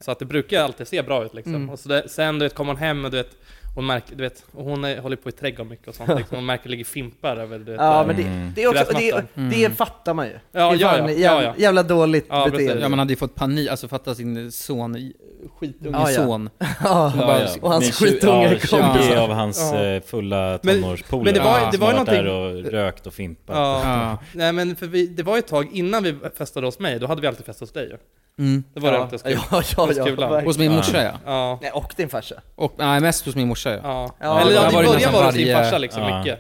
Så att det brukar alltid se bra ut liksom. Och så det, sen du vet, kommer hon hem och du vet, och märker, du vet, och hon är, håller på i trädgården mycket och sånt liksom. Hon märker att det ligger fimpar över du vet,
Ja
där.
men
Mm.
det, det, är också, och det,
Gräsmattan.
det fattar man ju. det
ja,
är fan
ja, ja,
jävla,
ja.
jävla dåligt
Ja, precis.
beteende.
Ja man hade ju fått panik, alltså fatta sin son, i- skitunge
Ja, ja.
son.
Ja.
Som bara,
Ja, ja.
och hans
Min tju-
skitunge
ja,
kom.
20 av hans
Ja.
eh, fulla
Men-
tonårspolare
men det var- det
som
var
har varit
någonting-
där och rökt och fimpat.
Ja.
Ja.
Nej men för vi, det var ju ett tag innan vi festade hos mig, då hade vi alltid festat hos dig ju.
Mm.
Det var det
Ja.
alltid
Ja,
skoj.
ja, ja,
Skulan.
verkligen.
Hos min morsa ja.
Ja.
Nej, och din farsa.
Och, nej mest hos min morsa ja.
ja.
Ja,
Eller
det
ja,
var
i
ju
början
nästan
var det hos din
varje-
farsa liksom
Ja.
mycket.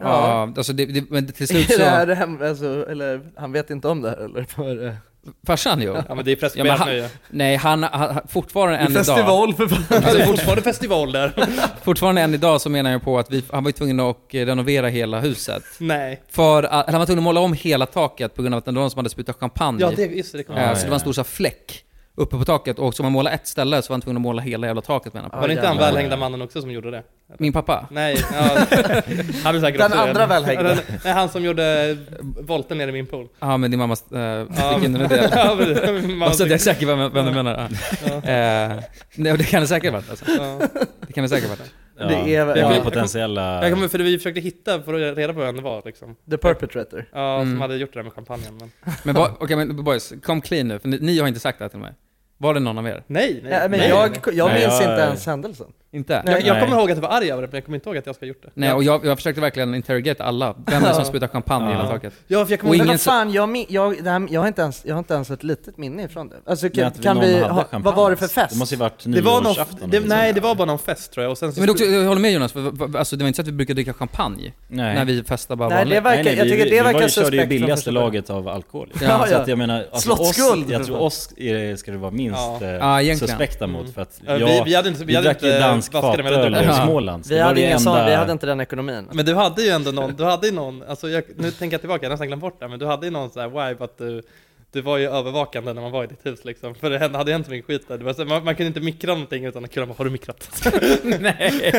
Ja, alltså det, det, men till slut
Är
så...
det här hem, alltså, eller han vet inte om det här eller? eh, Vad är det?
Farsan jo.
Ja men det är
Ja, men
preskriberat
han,
nu ju.
nej han, han, fortfarande än idag,
Festival för fan.
Det är fortfarande festival där.
fortfarande än idag så menar jag på att vi, han var ju tvungen att eh, renovera hela huset.
Nej.
För att, eller han var tvungen att måla om hela taket på grund av att det var någon som hade sprutat champagne.
Ja det, just det, det kommer
Eh,
jag
Ja,
så
ihåg.
det var en stor så här, fläck uppe på taket och så om man målade ett ställe så var han tvungen att måla hela jävla taket menar jag på.
Var det inte han
jävlar.
välhängda mannen också som gjorde det?
Min pappa?
Nej, ja, han är säkert
Den
också
andra välhängda.
Nej, han som gjorde volten nere i min pool.
Ja, men din mammas... Äh,
Ja,
vilken är det?
Ja, precis. Min mamma
Alltså, jag är
tyckte-
säker på vem, vem du menar. Ja. Eh, nej, och det kan det säkert ha varit alltså.
ja.
Det kan det säkert ha varit.
Ja,
Det är-
det
jag-
potentiella...
Jag kommer, för vi försökte hitta för att reda på vem det var liksom.
The perpetrator.
Ja,
Mm.
som hade gjort det där med champagnen. Men...
Men bo- okej, men boys, kom clean nu, för ni, ni har inte sagt det här till mig. Var det någon av er?
Nej, nej.
Ja, men
nej, nej.
jag, jag
Nej,
minns
jag-
inte ens händelsen.
Inte?
Jag, jag
Nej.
kommer ihåg att jag var arg över det, men jag kommer inte ihåg att jag ska ha gjort det.
Nej, och jag, jag försökte verkligen interrogate alla. Vem är det som sprutar champagne i hela taket?
Ja, för jag kommer
Och
ihåg
Men
ingen
vad
sa-
fan, jag, min- jag, det här, jag, har inte ens, jag har inte ens ett litet minne ifrån det. Alltså,
Men
kan,
att
vi, kan
någon
vi
hade
ha,
champagne.
vad var det för fest?
Det måste ju varit
det var någon,
nyårsafton. liksom.
det,
eller
nej,
sånt.
det var bara nån fest tror jag, och sen så...
liksom. Men det är också, jag håller med Jonas, för, för, alltså, det var inte så att vi brukade dricka champagne
Nej.
när vi festar bara
Nej,
vanligt.
det verkar,
nej, nej,
jag
vi,
tycker
vi,
det
vi var
verkar
ju, körde ju
suspekt från
billigaste
första början.
laget av alkohol. liksom.
Ja,
så
ja.
att jag menar, alltså,
Slottsguld!
Oss, jag tror oss är det- ska det vara minst
Ja.
eh,
Ja, egentligen.
suspekta mot. För att
Ja,
jag,
Eh, vi- vi hade inte- vi hade
drack ju
inte
dansk
vaskat det med
fatöl
det
i
där.
Ja.
Småland. så
Vi
det var
hade,
det
ingen sån,
enda-
vi hade inte den ekonomin.
Men du hade ju ändå någon, du hade ju någon, alltså jag, nu tänker jag tillbaka, jag har nästan glömt bort det, men du hade ju någon sån här vibe att du du var ju övervakande när man var i ditt hus liksom, för det hände- hade hänt så mycket skit där. Det var så, man, man kunde inte mikra någonting utan att kunde bara, har du mikrat?
Nej.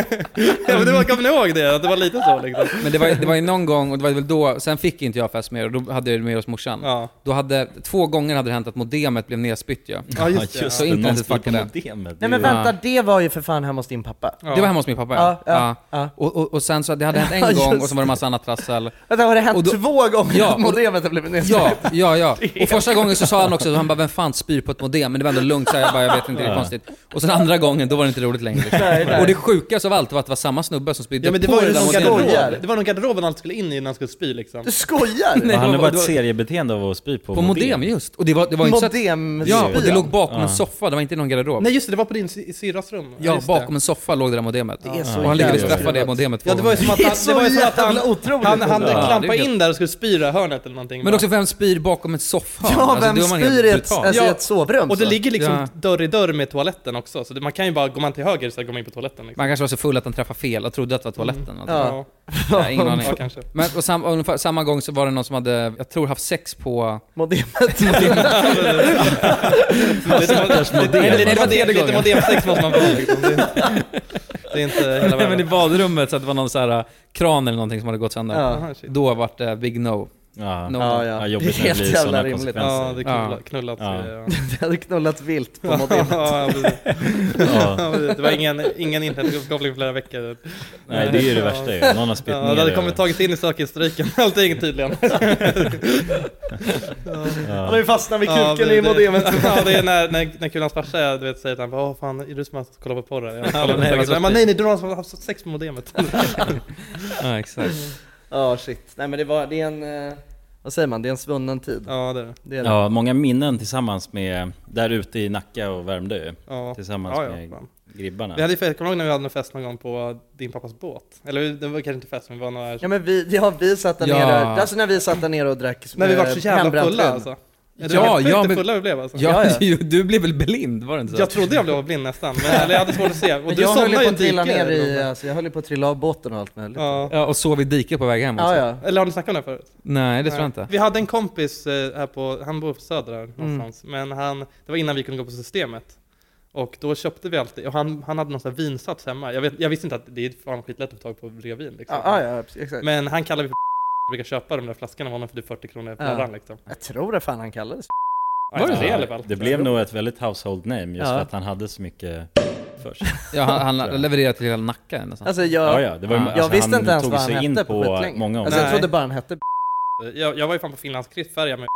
ja men det var, kommer ni ihåg det? Att det var lite så liksom?
Men det var, det var ju någon gång, och det var väl då, sen fick inte jag fest mer och då hade jag med oss morsan.
Ja, Mm.
Då hade, två gånger hade det hänt att modemet blev nerspytt ju.
ja
Ja,
just det.
Så
det,
internet
någon spelade på
fuckade.
modemet.
Nej men
Det är ju-
vänta, det var ju för fan hemma hos din pappa.
Ja.
Det var hemma hos min pappa
Ja, ja, ja.
Och, och, och sen så, det hade hänt en
Ja, just
gång och så var det massa annat trassel.
Vänta, har det
Och
hänt
då-
två gånger
Ja,
att
och då-
modemet har blivit nedsläppt?
Ja, ja, ja. Och första gången så sa han också, han bara vem fan spyr på ett modem? Men det var ändå lugnt, så här, jag bara jag vet inte, det är konstigt. Och sen andra gången, då var det inte roligt längre. Liksom.
Nej, nej.
Och det sjukaste av allt var att det var samma snubbe som spydde
Ja men det
på
var ju
det där
någon
som
modemet.
skojar.
garderob, det var någon garderoben allt skulle in i när han skulle spy liksom.
Du skojar?
Nej,
Han
det
har
var-
bara
det
ett
var-
seriebeteende av att spy på,
På modem just. Och det var, det var inte så att,
Modem
Ja, och det
spyan.
låg bakom en soffa, det var inte i någon garderob.
Nej just det, det var på din sy- syrras rum.
Ja,
just det.
bakom en soffa låg det där modemet.
är så
Och han lyckades
jävla
träffa det
skruvat.
modemet två
Ja det var ju
gånger.
som att han, det var ju som att han,
otroligt.
han, han
Ja,
klampade
det är
in där och skulle spyra hörnet eller någonting.
Men
bara.
också vem spyr bakom ett soffhörn?
ja,
Alltså,
vem
då är man helt
spyr i ett,
brutal.
alltså, i
Ja,
ett sovrum?
Och det
så?
ligger liksom
Ja.
dörr i dörr med toaletten också, så det, man kan ju bara, går man till höger så går man in på toaletten liksom.
Man kanske var så full att han träffade fel och trodde att det var toaletten. Mm.
Ja.
Ja,
Nej, ingen aning.
ja kanske.
Men och sam, och ungefär samma gång så var det någon som hade, jag tror haft sex på...
Modemet.
Stackars modem.
Nej, det
Lite
var tredje
modem- lite
gången.
modemsex måste man få liksom. det, det är inte
Nej
hela
men i
världen.
badrummet så att det var någon så här äh, kran eller någonting som hade gått sönder.
Ja.
Aha, shit.
Då vart det äh, big no.
Ja,
no
Ja,
ja,
ja. Det är
jobbigt när det
helt
blir sådana
jävla rimligt.
konsekvenser.
Ja, det
Ja.
knullat, knullat
Ja.
ja.
Det hade knullat vilt på
Ja,
modemet.
ja, precis.
Ja.
Ja, precis. det var ingen, ingen internetuppkoppling på flera veckor.
Nej, det är ju det värsta ju. Någon har spytt
Ja,
ner
det hade
det.
kommit tagit in i sökhistoriken, allting tydligen.
Han har ju fastnat vid
Ja,
kuken
det-
i modemet.
det- Ja, det är när, när, när kulans farsa du vet, säger att han bara, Åh, fan, är du som har kollat på porr? eller?" Jag kollar på
nej,
sex.
vad
Jag bara, nej, nej, du har som har haft sex med modemet.
Ja, exakt.
Ja, shit. Nej men det var, det är en, eh, vad säger man, det är en svunnen tid.
Ja, det är det.
Det är det.
Ja, många minnen tillsammans med, där ute i Nacka och Värmdö ju.
Ja.
Tillsammans
Ja, ja,
med
fan.
gribbarna.
Vi hade ju fest, kommer du ihåg när vi hade en fest någon gång på din pappas båt? Eller det var kanske inte fest, men vi var några...
Ja men vi, ja, vi satt där
Ja.
nere, alltså när vi satt där nere och drack
när vi
eh,
var så jävla
hembränt
fulla
vin.
alltså. Ja, det
Ja,
var helt
ja,
sjukt hur
men-
fulla vi blev alltså.
Ja,
Ja,
Du, du blev väl blind, var det inte så?
Jag trodde jag blev blind nästan, men eller jag hade svårt att se. Och
Men
du
jag höll ju
somnade
på
ju
att trilla
dike,
ner i,
eller något.
alltså, jag höll ju på att trilla av båten och allt möjligt.
Ja.
Ja, och sov i diket på väg hem också.
Ja, ja.
Eller har ni snackat om det här förut?
Nej, det tror jag
Nej.
inte.
Eh,
Mm.
Vi hade en kompis eh, här på, han bor på Söder här någonstans, men han, det var innan vi kunde gå på Systemet. Och då köpte vi alltid, och han, han hade någon sån här vinsats hemma. Jag, vet, jag visste inte att det är fan skitlätt att få tag på revin liksom.
Ah, Ja, ja, ja, precis, exakt.
Men han kallade vi för Vi brukar köpa de där flaskorna av honom för typ 40 kronor per
Ja.
ja. liksom.
Jag tror det fan han kallades.
Ja,
det
det
så?
i alla fall.
det blev nog ett väldigt household name just
Ja.
för att han hade så mycket för sig.
Ja, han,
Tror
han
jag.
levererade till hela Nacka nästan.
Alltså jag,
Ja, ja, det var, ju-
Jag
alltså,
jag visste
han
inte ens
tog
vad han
sig in
hette på
på
skitlänge.
många
Alltså
områden.
jag
Nej.
trodde bara han hette
Jag, jag var ju fan på Finlands kryssfärja med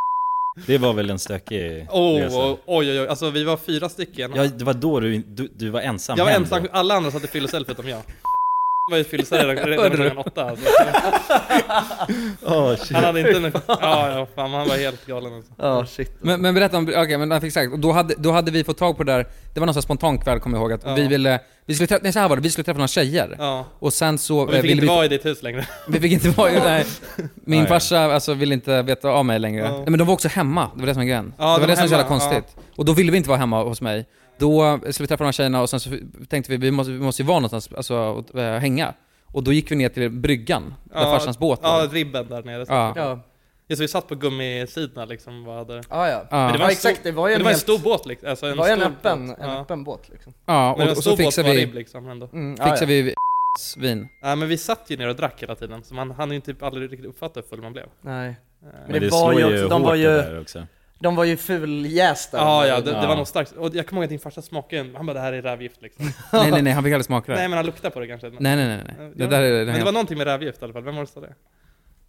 Det var väl en stökig
oh,
resa.
oh, oj oj oj, alltså vi var fyra stycken.
Ja, det var då du, du, du var ensam
jag var
hem
ensam,
då.
alla andra satt i fyllecell förutom jag. var ju fyllecell redan redan
Hörde du?
klockan åtta alltså.
Åh, shit.
Han hade inte en... Ja, ja, fan han var helt galen alltså.
Ja, shit.
Men, men berätta om, okej men nej, exakt, och då hade, då hade vi fått tag på det där, det var någon sån här spontan kväll kommer jag ihåg att
Ja.
vi ville, vi skulle träffa, nej så här var det, vi skulle träffa några tjejer.
Ja.
Och sen så
Och vi
eh,
fick
ville
inte
vi,
vara i ditt hus längre.
vi fick inte vara, nej. Min
Nej.
farsa alltså ville inte veta av mig längre.
Ja.
Nej, men de var också hemma, det var det som var grejen.
Ja,
det
de
var det som var så jävla
hemma,
konstigt. Och då ville vi inte vara hemma hos mig. Då eh, skulle vi träffa de här tjejerna och sen så tänkte vi, vi måste, vi måste ju vara någonstans, alltså och, eh, hänga. Och då gick vi ner till bryggan, där
Ja,
farsans båt
Ja,
låg.
ribben där nere.
Ja.
Ja,
Just, vi satt på gummisidorna liksom. Vad hade...
ja. ja.
Ja.
det var
ja
en
exakt,
stor-
det var ju en,
Men det var en
helt,
stor båt liksom. Alltså,
det var ju en
stor
öppen,
båt.
en
Ja.
öppen båt liksom.
Ja,
Men
och,
en
och
stor
så
båt var
fixade vi,
ribb liksom ändå.
Mm, ja,
fixade
ja.
vi svin.
Nej men vi satt ju ner och drack hela tiden, så man hann ju typ aldrig riktigt uppfatta hur full man blev.
Nej.
Eh,
Men det var
slår
ju också- de
hårt
var ju-
det där också.
De var ju fuljästa.
Ja, ja, det, det var
Ja.
nog starkt. Och jag kommer ihåg att din farsa smakade en, han bara det här är rävgift liksom.
Nej nej nej, han fick aldrig smaka det.
Nej men han luktade på det kanske.
Nej nej nej. nej. Det
Ja.
där är...
Men det var någonting med rävgift i alla fall, vem var det som sa det?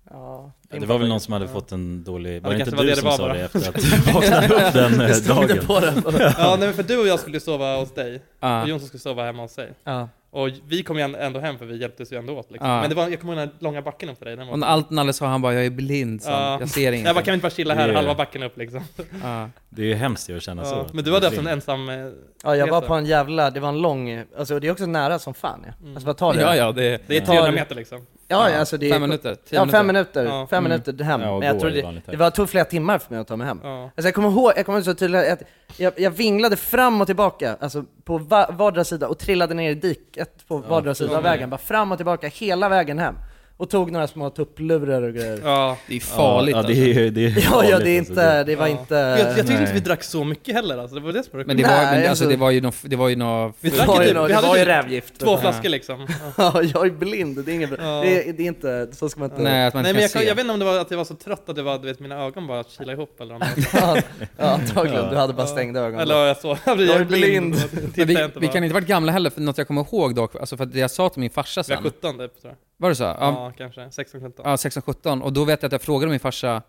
Ja,
Ja, det var väl någon som hade fått en dålig... Var det
kanske
inte
var
du
det det
som
var
sa
bara.
det efter att du vaknade upp den eh, dagen?
på den.
Ja nej men för du och jag skulle sova hos dig, och
Ah.
Jonsson skulle sova hemma hos sig.
Ja.
Och vi kom ju ändå hem för vi hjälptes ju ändå åt liksom.
Ja.
Men det var, jag kommer ihåg den här långa backen upp till dig, den
Och
var...
när allt Nalle sa han bara 'Jag är blind' sa han.
Ja.
Jag ser ingenting.
Jag bara, kan vi inte bara chilla här
Det är-
halva backen upp liksom?
Ah.
Det är ju hemskt ju att känna
Ja.
så.
Men du hade haft en ensam... eh,
ja, jag var
resa.
på en jävla, det var en lång, alltså det är också nära som fan ja.
Mm.
Alltså vad tar det?
Ja ja, det är...
Det är 300 meter liksom.
ja, ja, alltså det är...
Fem minuter, tio
Ja, fem minuter.
Ja. mm.
Fem minuter hem.
Ja, och
Men jag
gå
tror
är
det,
vanligt här.
det var, tog flera timmar för mig att ta mig hem.
Ja.
Alltså jag kommer ihåg, jag kommer ihåg så tydligt att jag, jag vinglade fram och tillbaka, alltså på va, vardera sida och trillade ner i diket på vardera sida av vägen. Bara fram och tillbaka hela vägen hem. Och tog några små tupplurar och grejer.
Ja.
Det är farligt
Ja,
alltså.
det är ju... Det är
Ja,
farligt,
ja, det är
alltså.
inte, det var
Ja.
inte...
Jag, jag tyckte inte
Nej.
vi drack så mycket heller alltså, det var det som var det
Men det
sjuka.
var,
Nej,
men, alltså,
alltså-
det var ju nå... Det var ju nå...
Vi
Det
drack
var
ju
ju,
typ,
något-
vi
det var ju
hade typ
rävgift.
två flaskor liksom. Ja.
Ja, jag är blind, det är inget bra.
Ja.
Det, är- det är inte, så ska man inte...
Nej, att man
Nej
inte kan
men jag, kan,
se.
jag vet inte om det var att jag var så trött att det var, du vet, mina ögon bara kilade ihop eller om det var så.
Ja, antagligen, du hade bara stängda ögon.
Eller jag så, jag
Jag
blev
är blind.
blind.
Men
Tittade
vi,
inte
vi
bara.
kan inte varit gamla heller, för något jag kommer ihåg dock, alltså för att jag sa till min farsa
Vi var
sen.
17 typ tror jag.
Var det så? Ja,
Ja, kanske. 16, 17.
ja 16-17, och då vet jag att jag frågade min farsa,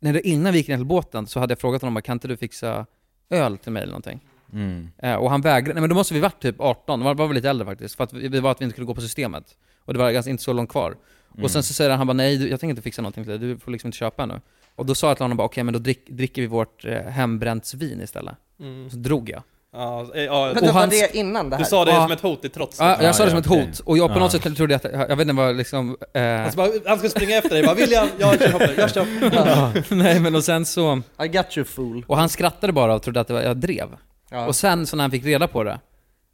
när det, innan vi gick ner till båten så hade jag frågat honom, kan inte du fixa öl till mig eller någonting?
Mm.
Eh, och han vägrade, nej men då måste vi varit typ 18, var, var väl lite äldre faktiskt, för att vi, vi var att vi inte kunde gå på systemet. Och det var ganska inte så långt kvar. Och sen så säger han, han bara nej du, jag tänker inte fixa någonting till dig, du får liksom inte köpa ännu. Och då sa jag till honom bara, okej men då drick, dricker vi vårt eh, hembränt svin istället.
Mm.
Så drog jag.
Ja, eh, ja.
Vänta,
Och
var
hans-
det innan det här?
Du sa det
Ja.
som ett hot i trots.
Ja, jag sa
Ah,
det som
ja,
ett
okej.
hot, och jag på
Ja.
något sätt trodde att, jag vet inte vad liksom... Eh,
Alltså, bara, han skulle springa efter dig, bara William, jag kör hoppet, jag kör hoppet.
nej men och sen så...
I got you fool.
Och han skrattade bara och trodde att det var, jag drev.
Ja.
Och sen så när han fick reda på det,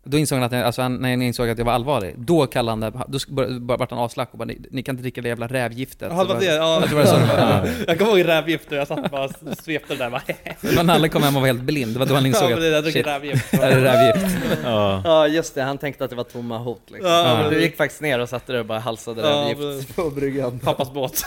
då insåg han att, jag, alltså han, när han insåg att jag var allvarlig, då kallade han det, då sk- bör- bör- vart han aslack och bara ni, ni kan inte dricka det jävla rävgiftet.
Ja, det
Så
var
Alltså, bara- Jag tror
det. Ja.
det var så det var.
Jag kommer ihåg rävgift och jag satt bara och svepte det där bara.
Det var när Nalle kom hem och var helt blind, det var då han
Ja,
insåg
men det där
att
druckit
shit,
rävgift.
det här är rävgift.
Ja.
Ja just det, han tänkte att det var tomma hot liksom.
Ja,
Men Du
precis.
gick faktiskt ner och satte dig och bara halsade
Ja,
rövgift på bryggan.
Pappas båt.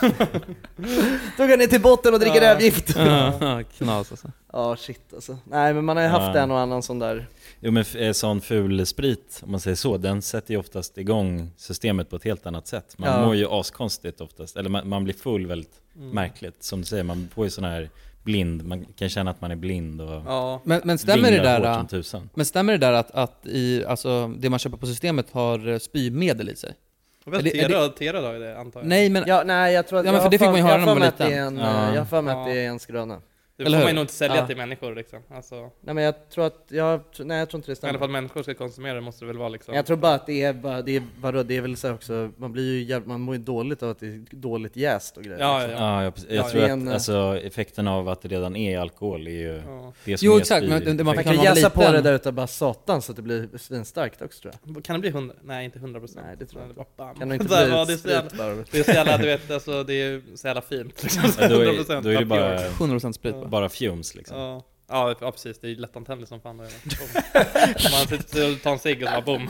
Då går ni till botten och dricker
Ja.
rövgift.
Ja, Knas alltså.
Ja shit alltså. Nej men man har ju haft
Ja.
en och annan sån där.
Jo men f- eh, sån ful sprit, om man säger så, den sätter ju oftast igång systemet på ett helt annat sätt. Man
Ja.
mår ju askonstigt oftast, eller man, man blir full väldigt märkligt. Som du säger, man får ju sån här blind, man kan känna att man är blind och
Ja.
Men, men stämmer det
vinglar
där?
hårt
äh,
som typ. tusan.
Men stämmer det där att, att i, alltså, det man köper på systemet har eh, spymedel i sig?
Jag
Är
vet,
det- är det-
Tera, Tera då är det antar jag.
Nej men,
Ja nej jag tror att,
Ja, men för
jag
det fick man ju höra när man var
liten.
liten.
Ja.
eh, Jag har för mig att
Ja.
det är en skröna.
Det
Eller
får man
hur?
ju nog inte sälja
Ja.
till människor liksom. Alltså,
Nej men jag tror att, jag, nej jag tror inte det
I alla
stämmer.
fall människor ska konsumera det måste det väl vara liksom.
Men Jag tror bara att det är, bara, det är, vadå, det är väl så här också, man blir ju jävligt, man mår ju dåligt av att det är dåligt jäst och grejer.
Ja, ja,
liksom.
Ja,
ja.
jag, jag
Ja,
tror
det
att
är en, eh,
alltså, effekten av att det redan är alkohol är ju det som
Jo,
är
exakt, men det- det- man
Man
sprit-
kan
man var
jäsa på
liten-
det där utav bara satan så att det blir svinstarkt också tror jag.
Kan det bli 100? Nej, inte 100 procent.
Nej, det tror jag inte.
Bam.
Kan nog inte
Så här,
bli
ja,
ja,
det, är så jävla,
bara.
det är så jävla, du vet, alltså, det är ju så jävla fint. Liksom,
Ja, då,
100%
är, då är det bara,
pure.
100% sprit bara.
bara fumes liksom.
Ja. Ja, ja, precis. Det är ju lättantändligt som fan. det är det. Man sitter och tar en cigg och så bara boom.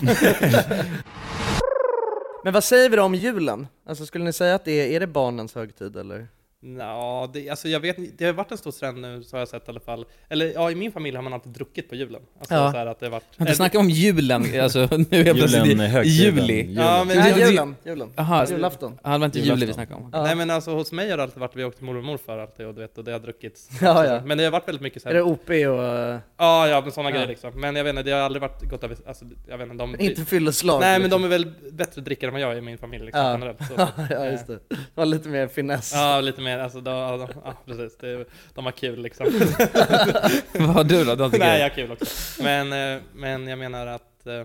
Men vad säger vi då om julen? Alltså skulle ni säga att det är, är det barnens högtid eller?
Nja, det, alltså jag vet inte- det har varit en stor trend nu, så har jag sett i alla fall. Eller ja, i min familj har man alltid druckit på julen. Alltså
Ja.
så här att det har varit...
Kan inte snacka om julen, alltså nu helt plötsligt
Julen,
i- i
högtiden,
juli.
julen.
Ja, men,
Nej,
det-
julen, julen.
Aha,
Julafton.
Ja, det var inte
Julafton.
juli vi snackade om.
Ja.
nej men alltså hos mig har det alltid varit, vi har åkt till mormor och morfar alltid och du vet, och det har druckits.
Ja, ja.
Men det har varit väldigt mycket så
Är
här.
det OP och eh,
Ja, ja, men sådana grejer liksom. Men jag vet inte, det har aldrig varit gott av, alltså jag vet inte, de...
inte fylleslag?
Nej men de är väl bättre drickare än vad jag är i min familj liksom,
Ja.
generellt. Så.
ja just det. Det var lite mer finess.
Ja, lite mer, alltså de, ja, de, ja, precis, det, de har kul liksom.
Vad har du då? Du har inte
nej,
grejer.
jag har kul också. Men, eh, men jag menar att, eh,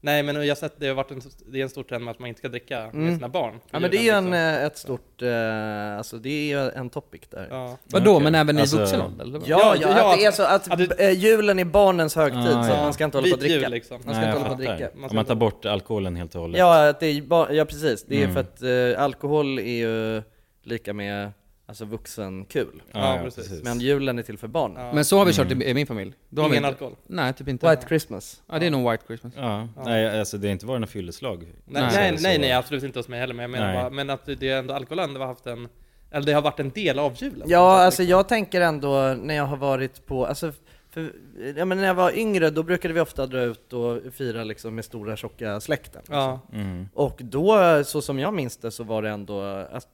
nej men jag har sett, det har varit en, det är en stor trend med att man inte ska dricka med
Mm.
sina barn.
Ja men det är ju en,
Liksom.
eh, ett stort, eh, alltså det är ju en eh, topic där. Ja,
Ja.
Vadå,
Okej.
men även
Alltså-
i vuxen ålder? eller vad?
ja,
ja,
att det är så att,
att det-
eh, julen är barnens högtid
Ah,
så
ja.
att man ska inte hålla på och
Vit jul,
dricka.
liksom.
Man ska
Nej,
inte
jag
hålla på och
fattar.
dricka.
Man
Man,
ska
man tar
inte-
bort alkoholen helt och hållet.
Ja, att det är, ba- ja precis, det är
Mm.
för att eh, alkohol är ju lika med alltså vuxenkul.
Ja,
ja,
precis.
Men julen är till för barnen.
Ja.
Men så har vi kört i i min familj. Då har vi
Ingen
inte-
alkohol?
Nej, typ inte.
White Christmas.
Ja, det är nog white Christmas.
Ja, nej alltså det har inte varit några fylleslag.
Nej,
Nej.
nej,
Så-
nej, nej, absolut inte hos mig heller, men jag menar
Nej.
bara, men att det är ändå alkoholen, det har haft en, eller det har varit en del av julen.
Ja, alltså jag tänker ändå när jag har varit på, alltså, för, ja, men när jag var yngre då brukade vi ofta dra ut och fira liksom, med stora tjocka släkten.
Ja,
Mm.
Och då, så som jag minns det, så var det ändå att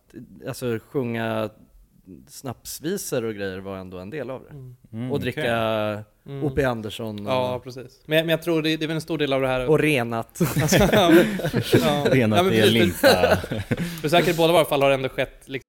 alltså, sjunga snapsvisor och grejer var ändå en del av det.
Mm,
och
okej.
dricka O.P. Andersson och,
mm. ja precis. Men, men jag tror det, det är väl en stor del av det här.
och renat.
ja, ja.
Renat
Ja, men
i en
precis.
limpa.
För säkert i båda våra fall har det ändå skett liksom,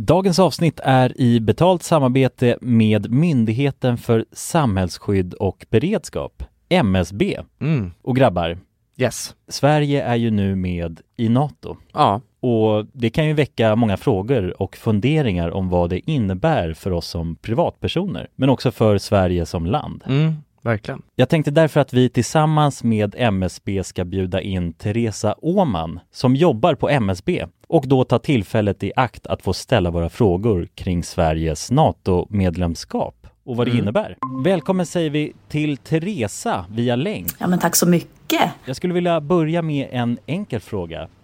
Dagens avsnitt är i betalt samarbete med Myndigheten för samhällsskydd och beredskap, MSB. Och grabbar,
Mm. Yes.
Sverige är ju nu med i NATO
Ja.
och det kan ju väcka många frågor och funderingar om vad det innebär för oss som privatpersoner, men också för Sverige som land.
Mm, verkligen.
Jag tänkte därför att vi tillsammans med MSB ska bjuda in Teresa Åman som jobbar på MSB och då ta tillfället i akt att få ställa våra frågor kring Sveriges NATO-medlemskap och vad det
Mm.
innebär. Välkommen säger vi till Teresa via länk.
Ja, men tack så mycket.
Jag skulle vilja börja med en enkel fråga.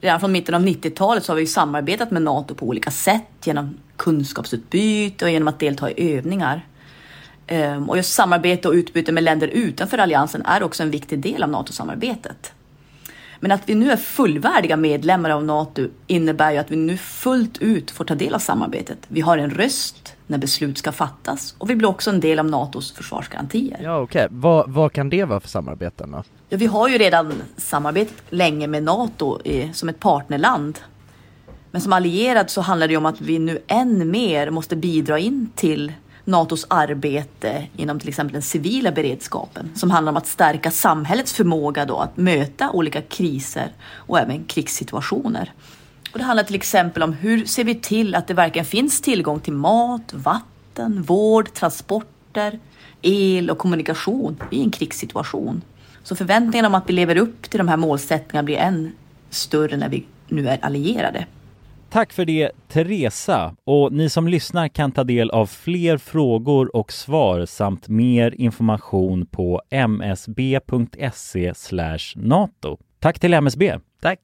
Redan från mitten av 90-talet så har vi ju samarbetat med Nato på olika sätt genom kunskapsutbyte och genom att delta i övningar. Ehm, Och just samarbete och utbyte med länder utanför alliansen är också en viktig del av NATO-samarbetet. Men att vi nu är fullvärdiga medlemmar av NATO innebär ju att vi nu fullt ut får ta del av samarbetet. Vi har en röst när beslut ska fattas och vi blir också en del av NATOs försvarsgarantier.
Ja okej, vad, vad kan det vara för samarbeten då?
Ja, vi har ju redan samarbetat länge med Nato eh, som ett partnerland. Men som allierad så handlar det ju om att vi nu än mer måste bidra in till Natos arbete inom till exempel den civila beredskapen som handlar om att stärka samhällets förmåga då att möta olika kriser och även krigssituationer. Och det handlar till exempel om hur ser vi till att det verkligen finns tillgång till mat, vatten, vård, transporter, el och kommunikation i en krigssituation. Så förväntningarna om att vi lever upp till de här målsättningarna blir än större när vi nu är allierade.
Tack för det Teresa och ni som lyssnar kan ta del av fler frågor och svar samt mer information på msb.se e nato. Tack till MSB. Tack.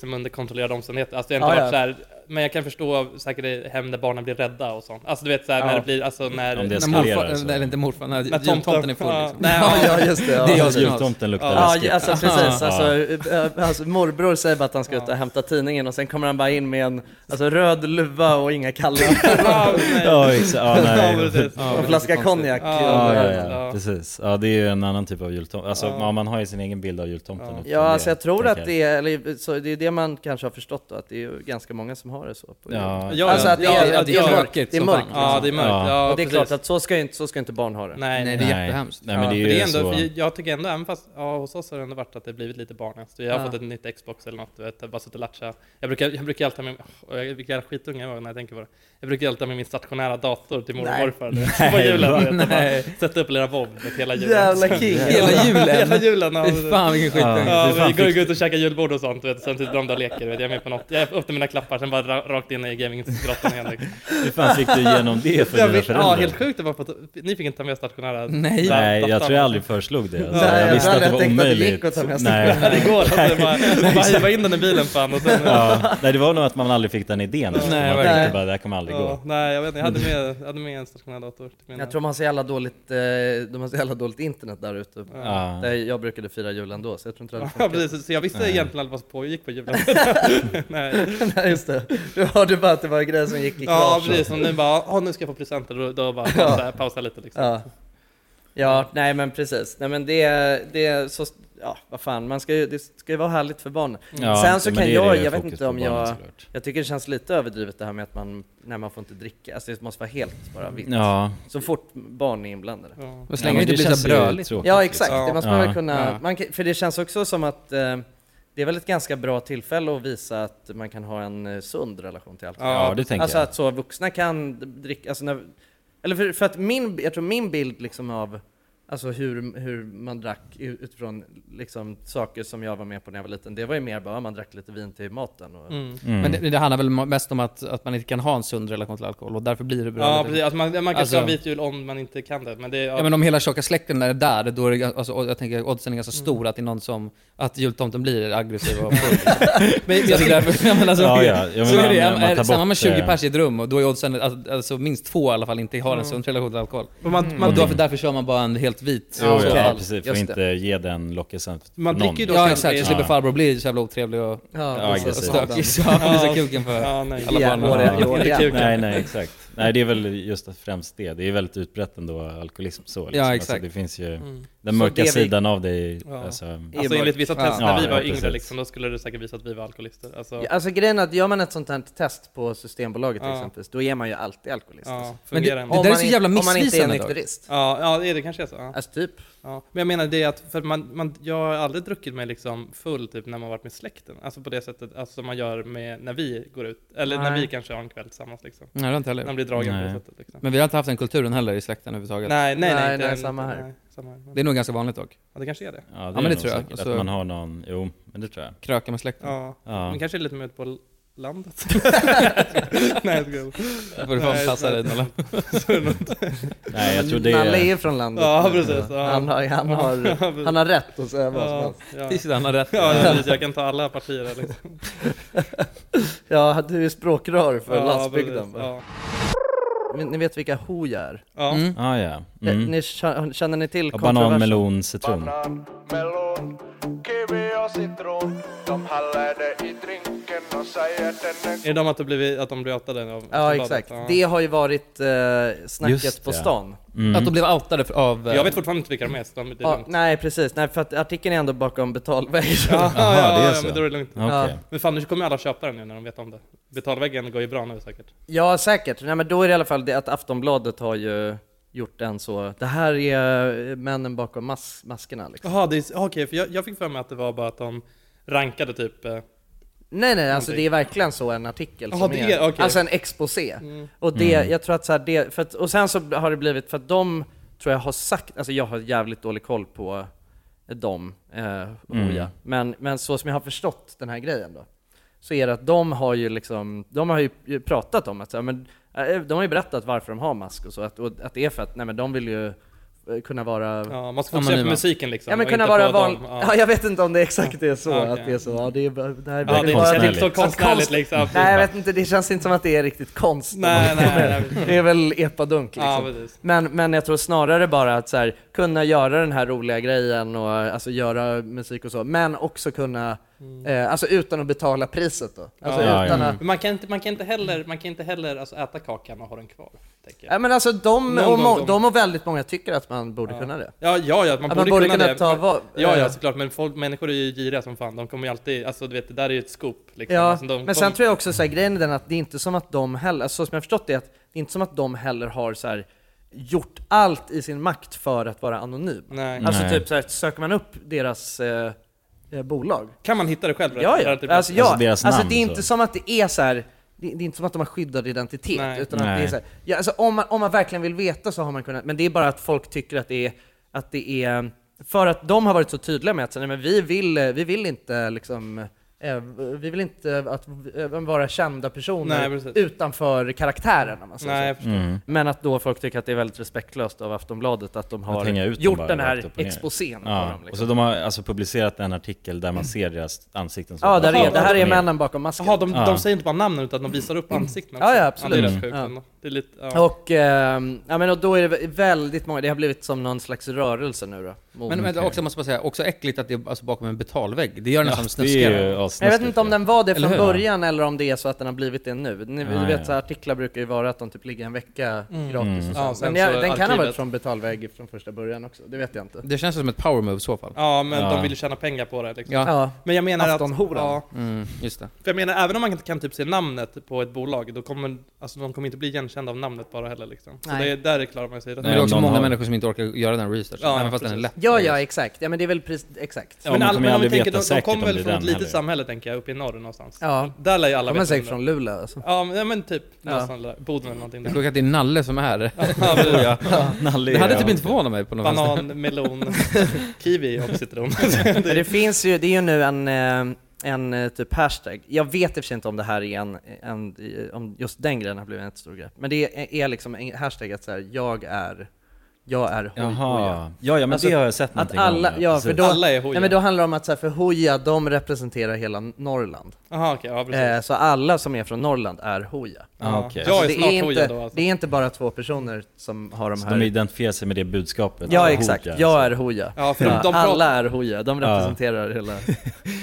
som under kontrollerade omständigheter. Alltså det har inte
Ja,
varit
ja.
så här Men jag kan förstå säkert hem där barnen blir rädda och sånt. Alltså du vet såhär när
Ja.
det blir, alltså när...
Mm. Om det
När
eskalerar,
morfar,
så.
nej, eller inte morfar, när
När tomten-
jultomten är full
ja.
liksom.
Nej,
Ja, ja, just det. Ja.
Det är jag som har-
Jultomten luktar
Ja,
läskigt.
alltså precis.
Ja.
Alltså, eh, alltså, morbror säger bara att han ska ut och hämta tidningen och sen kommer han bara in med en alltså, röd luva och inga kallar.
Ja, nej.
Ja, exa- ja,
Ja,
nej.
precis.
Ja,
och en
väldigt
flaska
konstigt.
konjak.
Ja,
Ja,
ja, ja,
ja.
precis. Ja, det är ju en annan typ av jultomte. Alltså, ja. man har ju sin egen bild av jultomten.
Ja.
utan
Ja, alltså jag tror
tänker
att det är, eller, så det är det man kanske har förstått då, att det är ju ganska många som har det så. På
Ja,
Ja,
Alltså att det
ja,
är,
ja,
att det är
ja.
mörkt. Det är
som
mörkt.
fan.
Ja, det är mörkt.
Ja.
Ja,
och det är
precis.
klart att så ska ju inte, så ska ju inte barn ha det.
Nej,
Nej, nej.
det är
Nej.
jättehemskt.
Nej, men
Ja,
det är
för
ju
ändå,
så.
för jag- Jag tycker ändå, även fast ja, hos oss har det ändå varit att det blivit lite barnens. Jag har
Ja.
fått ett nytt Xbox eller något, du vet, jag har bara suttit och latcha. Jag brukar, jag brukar alltid ha med, åh, jag- vilka jävla skitunga jag var när jag tänker på det. Jag brukar alltid ha med min stationära dator till mormor och
Nej.
morfar du vet, på julen. du vet, och
Nej.
bara Sätta upp Lera Bob med hela julen.
Jävla king!
Hela
Hela
julen!
julen! ja,
Fy fan vilken skit.
Ja,
Hur fan
vi går
fick
ju ut och käkar julbord och sånt, du vet, samtidigt som de leker. du Vet, jag är med på något. Jag är upp till mina klappar, sen bara ra- rakt in i gaminggrottan igen. liksom.
Hur fan fick du igenom det för
Jag
dina
vet- Ja,
föräldrar?
helt sjukt det var på att ni fick inte ta med stationära
Nej.
Nej, jag
datorn.
tror jag aldrig föreslog det. Alltså,
Nej,
jag
jag
visste
hade
att det var
tänkt att det gick
omöjligt.
att ta med sig.
Ja,
Nej.
det går alltså, bara, bara hiva in den i bilen fan och sen...
Ja. Nej, det var nog att man aldrig fick den idén. Nej,
Nej,
man tänkte
verkligen.
bara, det här kommer aldrig
Ja,
gå.
nej jag vet inte, jag hade med, jag hade med en stationär dator. till mina-
Jag tror man har så jävla dåligt, eh, de har så jävla dåligt internet där ute.
Ja.
Där jag brukade fira jul ändå, så jag tror inte det hade
Ja
funkat.
precis, så jag visste egentligen aldrig vad som pågick på julen. nej.
Nej just det, du hörde bara att det var grejer som gick i
Ja
kras.
precis, som nu bara, "Ah, nu ska jag få presenter, då, då bara pausa, pausa lite liksom.
Ja. ja, nej men precis. Nej men det, det är så, ja vad fan, man ska ju, det ska ju vara härligt för barnen.
Ja,
Sen så
men
kan
det är
jag-
det
jag vet
fokus
inte
på
om
barnen
jag-
såklart.
Jag tycker det känns lite överdrivet det här med att man, nej man får inte dricka, alltså det måste vara helt bara vitt.
Ja,
Så fort barn är inblandade.
Ja.
Men så
Ja,
länge
men
det inte blir
känns
så
ju
bröligt.
tråkigt,
Ja
liksom.
exakt, det måste man
Ja.
väl
Ja.
kunna, man, kan- för det känns också som att eh, det är väl ett ganska bra tillfälle att visa att man kan ha en eh, sund relation till allt.
Ja, det tänker
Alltså
jag.
att så vuxna kan dricka, alltså när, eller för, för att min, jag tror min bild liksom av Alltså hur, hur man drack ut- utifrån liksom saker som jag var med på när jag var liten. Det var ju mer bara man drack lite vin till maten. Och,
Mm.
Men det, det handlar väl mest om att, att man inte kan ha en sund relation till alkohol och därför blir det bröligt.
Ja precis, alltså man, man kan
Alltså-
köra vit jul om man inte kan det, men det...
Ja, men om hela tjocka släkten är där, då är det, ga- alltså, och jag tänker oddsen är ganska stor att det är någon som, att jultomten blir aggressiv och full. men jag tycker därför, jag menar, så,
Ja, ja. Ja, men
så är det,
man- man
är,
tar
samlar man
bort,
20
eh,
pers i ett rum, och då är oddsen att alltså, minst två i alla fall inte har en sund relation till alkohol.
Och man,
Och då, därför kör man bara en helt vit.
Jo,
så-
ja, precis. Får
Just
inte
det.
ge den lockelsen för
Man
någon.
dricker ju då-
Ja exakt, så
Ja.
slipper farbror bli så jävla otrevlig och
Ja,
precis.
aggressiv.
stökig så han visar
Ja.
kuken för
Ja, nej.
alla
Ja,
barnen.
och det- och det-
Kuken.
Nej, nej, exakt. Nej, det är väl just att främst det. Det är väldigt utbrett ändå, alkoholism så. Liksom.
exakt.
Alltså, det finns ju den
Mm. Så
mörka
det vi-
sidan av dig.
Ja.
Alltså,
Alltså enligt vissa
Ja.
test när vi
Ja,
var
ja,
yngre
precis.
liksom, då skulle det säkert visa att vi var alkoholister. Alltså,
Ja, Alltså grejen är att gör man ett sånt här test på Systembolaget
Ja.
exempelvis, då är man ju alltid alkoholist. alltså.
ja,
Men
fungerar
det,
inte.
det där är så jävla
Om man inte är
missvisande. dock.
nykterist.
Ja, ja, det, är det kanske är så. Ja.
Alltså typ.
Ja, men jag menar det är att, för man, man, jag har aldrig druckit mig liksom full typ när man varit med släkten. Alltså på det sättet, alltså som man gör med när vi går ut, eller när
Nej.
vi kanske har en kväll tillsammans liksom.
Nej det har jag inte
När
heller.
man blir dragen på
Nej.
det sättet liksom.
Men vi har inte haft den kulturen heller i släkten överhuvudtaget.
Nej, nej, nej.
Nej,
inte
nej,
än.
samma här.
Nej, samma här.
Det är nog ganska vanligt dock.
Ja, det kanske är det.
Ja, det, är
men det
nog
tror jag.
säkert
Alltså-
Att man har någon, jo, men det tror jag.
Kröka med släkten.
Ja,
Ja.
men kanske är det lite mer ute på landet. nej, jag skojar.
Det får du fan
Nej,
passa dig Nolla.
Nej, jag tror det
Nalle är
är...
ju från landet.
Ja, precis. Ja.
Han, har, han, har, han har rätt att säga vad som
Ja,
helst.
ja.
Precis, han har rätt.
Ja, precis. Jag kan ta alla partier här, liksom.
Ja, du är språkrör för
ja,
landsbygden.
precis. Ja.
Men ni vet vilka hoja är?
Ja.
Mm.
Ah, ja.
Ni-
Mm.
Ni, känner känner ni till
Ja, Banan,
kontroversen?
melon, citron.
melon, kiwi och citron. De häller det i drinken och säger den är
Är det de att, det blivit, att de blir outade av
Ja, exakt. Det har ju varit eh, snacket
Just
på
det.
stan.
Att de blev outade för- av... eh,
Jag vet fortfarande inte vilka de är, så de, det är
Ja,
lugnt.
nej, precis. Nej, för att artikeln är ändå bakom betalvägg.
Ja,
Jaha,
ja,
det är
ja,
så.
men då är det lugnt.
Okej.
Ja.
Men fan, nu kommer alla köpa den nu när de vet om det. Betalväggen går ju bra nu säkert.
Ja, säkert. Nej, men då är det i alla fall det att Aftonbladet har ju gjort en så, det här är eh, männen bakom mas- maskerna liksom.
Jaha, det är- okej, för jag, jag fick för mig att det var bara att de rankade typ... eh,
Nej nej, alltså det är verkligen så en artikel
Jaha,
som
det
är,
är- okej. Mm.
alltså en exposé. Och det, jag tror att så här, det, för att, och sen så har det blivit, för att de tror jag har sagt, alltså jag har jävligt dålig koll på dem, eh, Oja. Men, men så som jag har förstått den här grejen då, så är det att de har ju liksom, de har ju pratat om att, så här, men, eh, de har ju berättat varför de har mask och så, att, och att det är för att, nej men de vill ju eh, kunna vara...
Ja, man ska fokusera på Anonyma. musiken liksom,
Ja men
och
kunna
inte
vara
på
van...
dem.
ja.
Ja.
jag vet inte om det exakt är så,
Ja, okej.
att det är så. Ja, det är, bara- det här
Ja, det
bara-
känns inte så konstnärligt
Konst-
liksom.
Nej jag vet inte, det känns inte som att det är riktigt konst.
Nej, nej, nej.
det är väl epadunk
Ja,
liksom.
precis.
men, men jag tror snarare bara att så här, kunna göra den här roliga grejen och alltså göra musik och så, men också kunna, eh, alltså utan att betala priset då. Alltså
Mm. Ja,
utan
ja.
att
Men Man, kan inte, man kan inte heller, man kan inte heller alltså, äta kakan och ha den kvar. Tänker jag.
Ja, men alltså de,
Någon
och,
gång
må,
de-
de och väldigt många tycker att man borde kunna det.
Ja, ja, ja man,
Att
borde kunna, det.
ta va-
ja,
eh,
ja, såklart. Men folk, människor är ju giriga som fan. De kommer ju alltid, alltså du vet, det där är ju ett scoop. Liksom.
Ja,
alltså, de,
men sen
de,
tror jag också så här, grejen är den att det är inte som att de heller, alltså, så som jag har förstått det, att det är inte som att de heller har så här, gjort allt i sin makt för att vara anonym.
Nej.
Alltså
Nej.
typ så här, söker man upp deras eh, eh, bolag.
Kan man hitta det själv? typ-
Ja, ja.
relativt lätt?
Alltså, ja. Alltså, det är inte
så.
som att det är så här. Det det är inte som att de har skyddad identitet,
Nej.
utan att
Nej.
det är så här, ja, alltså, om, man, om man verkligen vill veta så har man kunnat, men det är bara att folk tycker att det är, att det är för att de har varit så tydliga med att så, nej, men vi, vill, eh, vi vill inte liksom, eh, vi vill inte att, eh, vara kända personer
Nej, precis.
utanför karaktären. Om man säger
Nej,
så.
jag förstår. Mm.
Men att då folk tycker att det är väldigt respektlöst av Aftonbladet att de har
Att hänga ut dem
gjort
bara
den
rakt
här
upp och ner.
exposén på
ja.
dem. Liksom.
Och så de har alltså publicerat en artikel där man ser deras ansikten så
Ja,
bara
där
rakt
är,
upp
det här
och
är
ner.
männen bakom masken.
Jaha, de,
Ja.
de säger inte bara namnen utan de visar upp ansiktena
Ja,
också.
ja, absolut.
det är
Mm.
rätt sjukt
Ja.
ändå. Det är lite, ja.
Och, ehm, ja, men och då är det väldigt många, det har blivit som någon slags rörelse nu då. mot-
Men, men också, jag måste bara säga, också äckligt att det är alltså bakom en betalvägg. Det gör
Ja,
nästan
det är ju
snuskigare.
assnuskigt.
jag vet inte om den var det
Eller
från
hur?
början eller om det är så att den har blivit det nu. Ni
Ja,
vi vet
ja.
så här, artiklar brukar ju vara att de typ ligger en vecka
Mm.
gratis
Mm.
och så.
Ja, sen
Men jag,
så
den kan ha
arkivet.
varit från betalvägg från första början också, det vet jag inte.
Det känns som ett power move i så fall.
Ja, men de vill ju tjäna pengar på det liksom.
Ja. Ja.
Men jag menar att...
Aftonhoran.
Mm, just det.
För jag menar, även om man inte kan typ se namnet på ett bolag, då kommer, alltså de kommer inte bli igenkända av namnet bara heller liksom. Så
Nej.
det, är- där klarar man sig rätt.
Men det är också många människor som inte orkar göra den research,
Ja,
även fast den är
precis.
lätt.
Ja, ja, exakt. Ja, men det är väl precis, exakt.
men all, men om vi tänker, de, de kommer väl från ett litet samhälle tänker jag, uppe i norr någonstans?
Ja.
Där lär ju alla
De är
veta
säkert
vem
från
det är.
Luleå alltså.
Ja men, ja, men typ
Ja.
någonstans där, Boden eller någonting
Det
där.
är sjukt att det är Nalle som är här.
Ja, precis. Ja.
det hade typ inte förvånat mig på något
Banan, melon, kiwi och citron.
Men det finns ju, det är ju nu en, eh, en eh, typ hashtag. Jag vet i och för sig inte om det här är en, en eh, om just den grejen har blivit en stor grej. Men det är, är liksom en hashtag att så här, jag är jag är hoj-
Jaha.
hoja.
Ja, ja, men det har jag sett
Alltså, att
någonting
alla,
om, ja,
ja,
precis.
för då,
Alla är hoja.
Nej men då handlar det om att så här, för hoja, de representerar hela Norrland. Eh,
Jaha, okej, ja, precis.
så alla som är från Norrland är hoja.
Ja, okej.
Så
Jag är
det,
snart
är
hoja
inte,
då, alltså.
det är inte bara två personer som har de
Så
här
de identifierar sig med det budskapet.
Ja
Hoja,
exakt,
alltså.
jag är hoja.
Ja, för de- de pratar-
Alla är hoja, de
Ja.
representerar hela...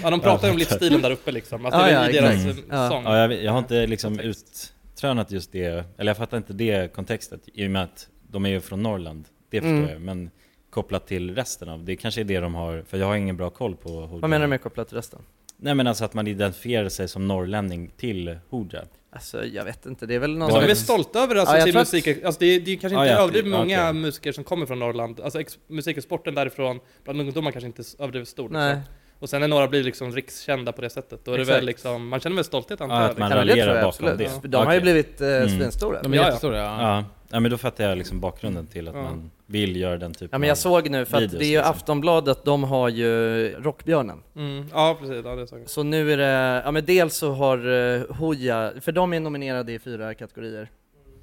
Ja, de pratar ju om livsstilen där uppe liksom. Alltså, det är ju deras
exakt.
eh, sång.
Ja, jag, vet- jag har inte liksom uttränat just det, eller jag fattar inte det kontextet i och med att de är ju från Norrland. Det förstår
Mm.
jag, men kopplat till resten av, det kanske är det de har, för jag har ingen bra koll på Hodja.
Vad menar du med kopplat till resten?
Nej men alltså att man identifierar sig som norrlänning till Hodja.
Alltså jag vet inte, det är väl någon
Alltså, de är stolta över alltså,
Ja, jag
sin
tror att-
musik. Alltså, det, är, det är kanske
Ja,
inte
ja,
överdrivet
ja,
många
okej.
musiker som kommer från Norrland. Alltså ex- musikexporten därifrån bland ungdomar kanske inte är överdrivet stor.
Nej.
Liksom. Och sen när några blir liksom rikskända på det sättet, då är det
Exakt.
väl liksom, man känner väl stolthet antar
Ja,
jag.
att man
liksom.
raljerar bakom det.
För de har ju
Okej. Mm.
blivit, eh, svinstora. De är
Ja,
jättestora,
ja.
ja.
ja. Ja, men då fattar jag liksom bakgrunden till att
Ja.
man vill göra den typen
Ja men jag såg nu, för att
videos,
det är ju
liksom.
Aftonbladet, de har ju Rockbjörnen.
Mm. Ja, precis. Ja, det är så.
Så nu är det, ja men dels så har eh, Hooja, för de är nominerade i fyra kategorier.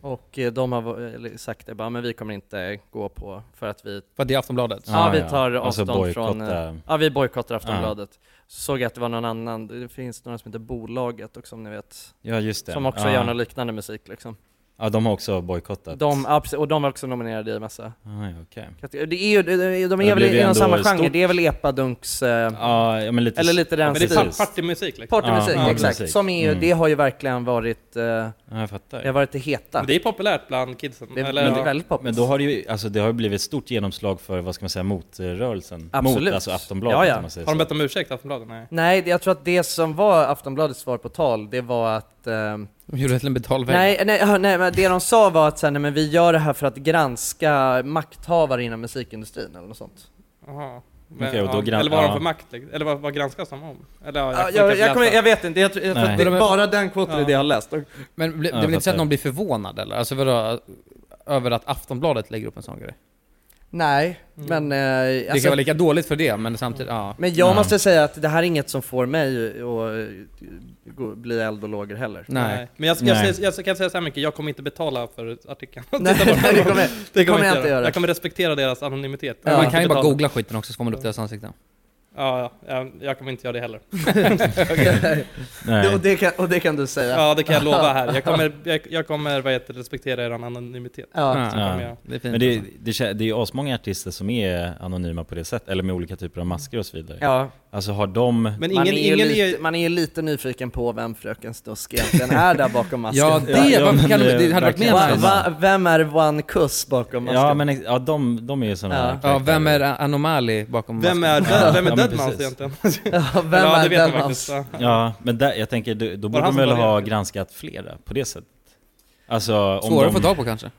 Och eh, de har va- eller sagt det bara, men vi kommer inte gå på för att vi...
För att det är Aftonbladet?
Ja,
Ah,
vi
ja.
tar
Alltså
avstånd från... eh,
bojkotta.
Ja, vi bojkottar Aftonbladet. Så såg jag att det var någon annan, det finns några som heter Bolaget också om ni vet.
Ja, just det.
Som också
Ja.
gör någon liknande musik liksom.
Ja, de har också bojkottat.
De, ja, precis, och de var också nominerade i massa
Aj, okej.
kategorier. Det är ju, det- det- de
Det
är väl
blir ju
inom
ändå
samma genre,
stort.
det är väl epadunks... eh,
Ja, ja, men lite-
eller lite den
ja, men det är
stilen.
par- partymusik, liksom.
Partymusik,
Ja,
exakt.
musik.
Som är ju,
Mm.
det har ju verkligen varit... eh,
jag fattar.
Det har varit det heta.
Men det är populärt bland kidsen.
Det är-
eller,
men det
ja.
är väldigt poppis.
Men då har det ju, alltså det har ju blivit ett stort genomslag för, vad ska man säga, motrörelsen.
Absolut.
Mot alltså Aftonbladet
Ja, ja.
om man säger
Har de
så.
bett om ursäkt, Aftonbladet? Nej.
Nej, det- jag tror att det som var Aftonbladets svar på tal, det var att... ehm,
De gjorde det till en betalvägg.
Nej, nej, ja, nej, men det de sa var att så här, nej, men vi gör det här för att granska makthavare inom musikindustrin eller något sånt.
Jaha.
Okej, och då gran-
eller vad har de
ja.
för makt? liksom? Eller vad, vad granskas de om? Eller,
Ja,
ja, får
jag,
kanske
jag, kommer,
läsa.
jag vet inte, jag, tror- jag tror att det är bara den kvoten i det jag har läst.
Men bli, det blir inte så att någon blir förvånad eller? Alltså vadå, över att Aftonbladet lägger upp en sån grej?
Nej, men... Eh,
det
alltså-
kan vara lika dåligt för det, men samtidigt, ja.
Men jag
Mm.
Ja.
måste säga att det här är inget som får mig att eh, gå- bli eld och lågor heller.
Men jag, jag, jag, jag kan säga så här mycket, jag kommer inte betala för artikeln.
Nej,
Titta på den.
nej, det kommer- det kommer jag inte göra.
Jag kommer respektera deras anonymitet.
Men Man kan ju bara
Betala.
googla skiten också så får man upp deras ansikten.
Ja, ja, jag, jag kommer inte göra det heller.
Och, det kan, och det kan du säga.
Ja, det kan jag lova här. Jag kommer, jag, jag kommer vad heter, det, respektera er anonymitet.
Ja.
Så kommer jag-
Men det, det, kä- det är ju asmånga artister som är anonyma på det sättet, eller med olika typer av masker och så vidare.
Ja.
Alltså har de...
Men ingen, man, är ju lite, man är ju lite nyfiken på vem fröken Stusk egentligen är där bakom masken.
Ja, det Ja, ja, var- men, kan- det hade eh, varit mer
Va-
nice.
va- Vem är One Kuss bakom masken?
Ja men ex- ja, de, de är ju sådana
Ja.
här
Ja,
karaktärer.
vem är Anomali bakom
Vem
masken?
är Dead- vem är Ja, men Deadmau5 precis.
egentligen?
Ja, vem
Eller, ja,
är
det vet jag
Deadmau5?
Alltså,
faktiskt.
Ja, men där, jag tänker, då, då
Var
borde
det han
de
som
väl
började?
ha granskat flera på det sättet? Alltså, om
Svårare
de...
att få tag på kanske?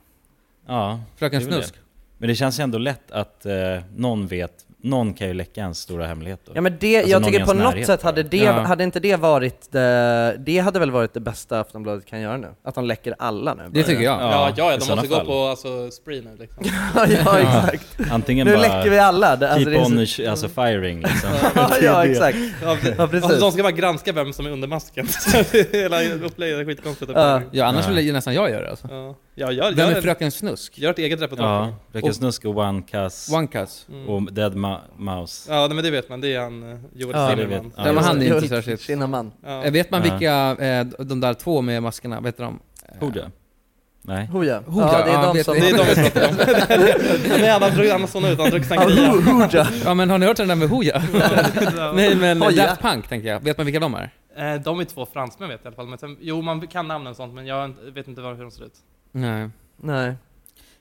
Ja.
Fröken
det är väl
Snusk.
det. Men det känns ju ändå lätt att eh, någon vet, någon kan ju läcka ens stora hemlighet då.
Ja men det,
Alltså,
jag
någon i
tycker på
ens
något
närhet
sätt
bara.
hade det,
Ja.
hade inte det varit det, det hade väl varit det bästa Aftonbladet kan göra nu? Att de läcker alla nu. bara.
Ja, ja, ja
i
de
sådana
måste gå
fall.
på alltså, spree nu liksom.
Ja, ja exakt.
Antingen
nu
bara
läcker vi alla. Det-
keep
det är så-
on, sh- alltså firing liksom.
ja,
Det är
ja
det.
exakt.
Ja, det-
Ja, precis.
alltså, de ska bara granska vem som är under masken. Hela upplägget är skitkonstigt.
Ja, annars skulle nästan jag göra det alltså.
Ja. Ja, jag-
Vem
jag-
är Fröken Snusk?
Gör ett eget repertoar. Mm.
Ja, Fröken
Och-
Snusk och One Cuss.
One Cuss.
Och Dead Ma- Mouse.
Ja, nej, men det vet man. Det är han, eh, Joel
Ja, det
Zimmerman.
vet-
Nej, men han är inte
Joel
särskilt...
Kinnaman.
Eh, Vet man
Ja.
vilka, eh, de där två med maskerna, vad heter de? Eh,
Hoja? Nej.
Hoja.
Hoja,
Ja, det är de
vet
som...
ni.
Nej, han drog- han såg ut, han drog sangria.
Ja, Hoja. Ja men har ni hört den där med Hoja? Nej men
Hoja.
Daft Punk tänker jag, vet man vilka de är?
Eh, De är två fransmän vet jag i alla fall. Men sen, jo, man kan namnen och sånt, men jag vet inte vad- hur de ser ut.
Nej.
Nej.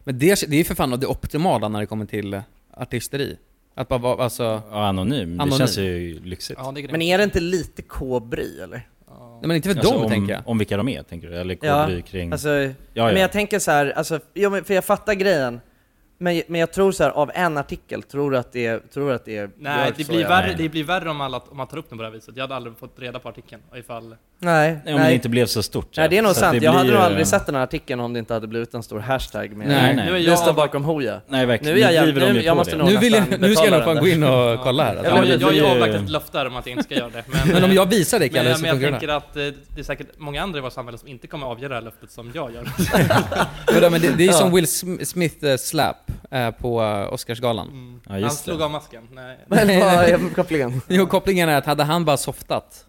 Men det, det är ju för fan det optimala när det kommer till artisteri. Att bara vara, alltså...
Ja, anonym. Det
Anonym.
känns ju lyxigt.
Ja, det
Men är det inte lite kobry eller?
Nej, men inte för dem
Alltså, om,
tänker jag.
Om vilka de är tänker du? Eller
Ja,
kodry kring...
alltså,
Mm. ja.
men jag tänker så här, alltså, jo, men- för jag fattar grejen. Men, men jag tror så här, av en artikel, tror du att det är... Tror du att det är
Nej,
Björk
det
så
blir,
jävla-
värre, det blir värre om, alla, om man tar upp dem på det här viset. Jag hade aldrig fått reda på artikeln ifall...
Nej,
Nej, om det inte blev så stort.
Nej, det är
Så
nog
att
sant.
det
Jag
blir
hade nog
ju-
aldrig sett den här artikeln om det inte hade blivit en stor hashtag med
Nej, nej.
Nu
Nu
är
är
jag
jag-
bakom Hoja.
Nej, verkligen.
Nu, är
Nu
jag,
driver de
nu,
ju på
jag måste
det.
nog
Nu vill jag-
nästan
nu ska jag i alla
betala
fall
den
gå in
där.
och kolla här.
Ja,
Alltså.
men
Jag,
det
jag har ju
blir ju-
avlagt ett löfte här om att jag inte ska göra det. Men,
Men om jag visar dig, Kalle,
men,
så
men jag
funkar det.
tänker att eh, det är säkert många andra i vårt samhälle som inte kommer avge det här löftet som jag gör.
Vadå, men det, det är ju som Will Sm- Smith eh, slap eh, på eh, Oscarsgalan.
Mm.
Ja,
Han slog av masken. Nej.
Men vad är kopplingen?
Jo, kopplingen är att hade han bara softat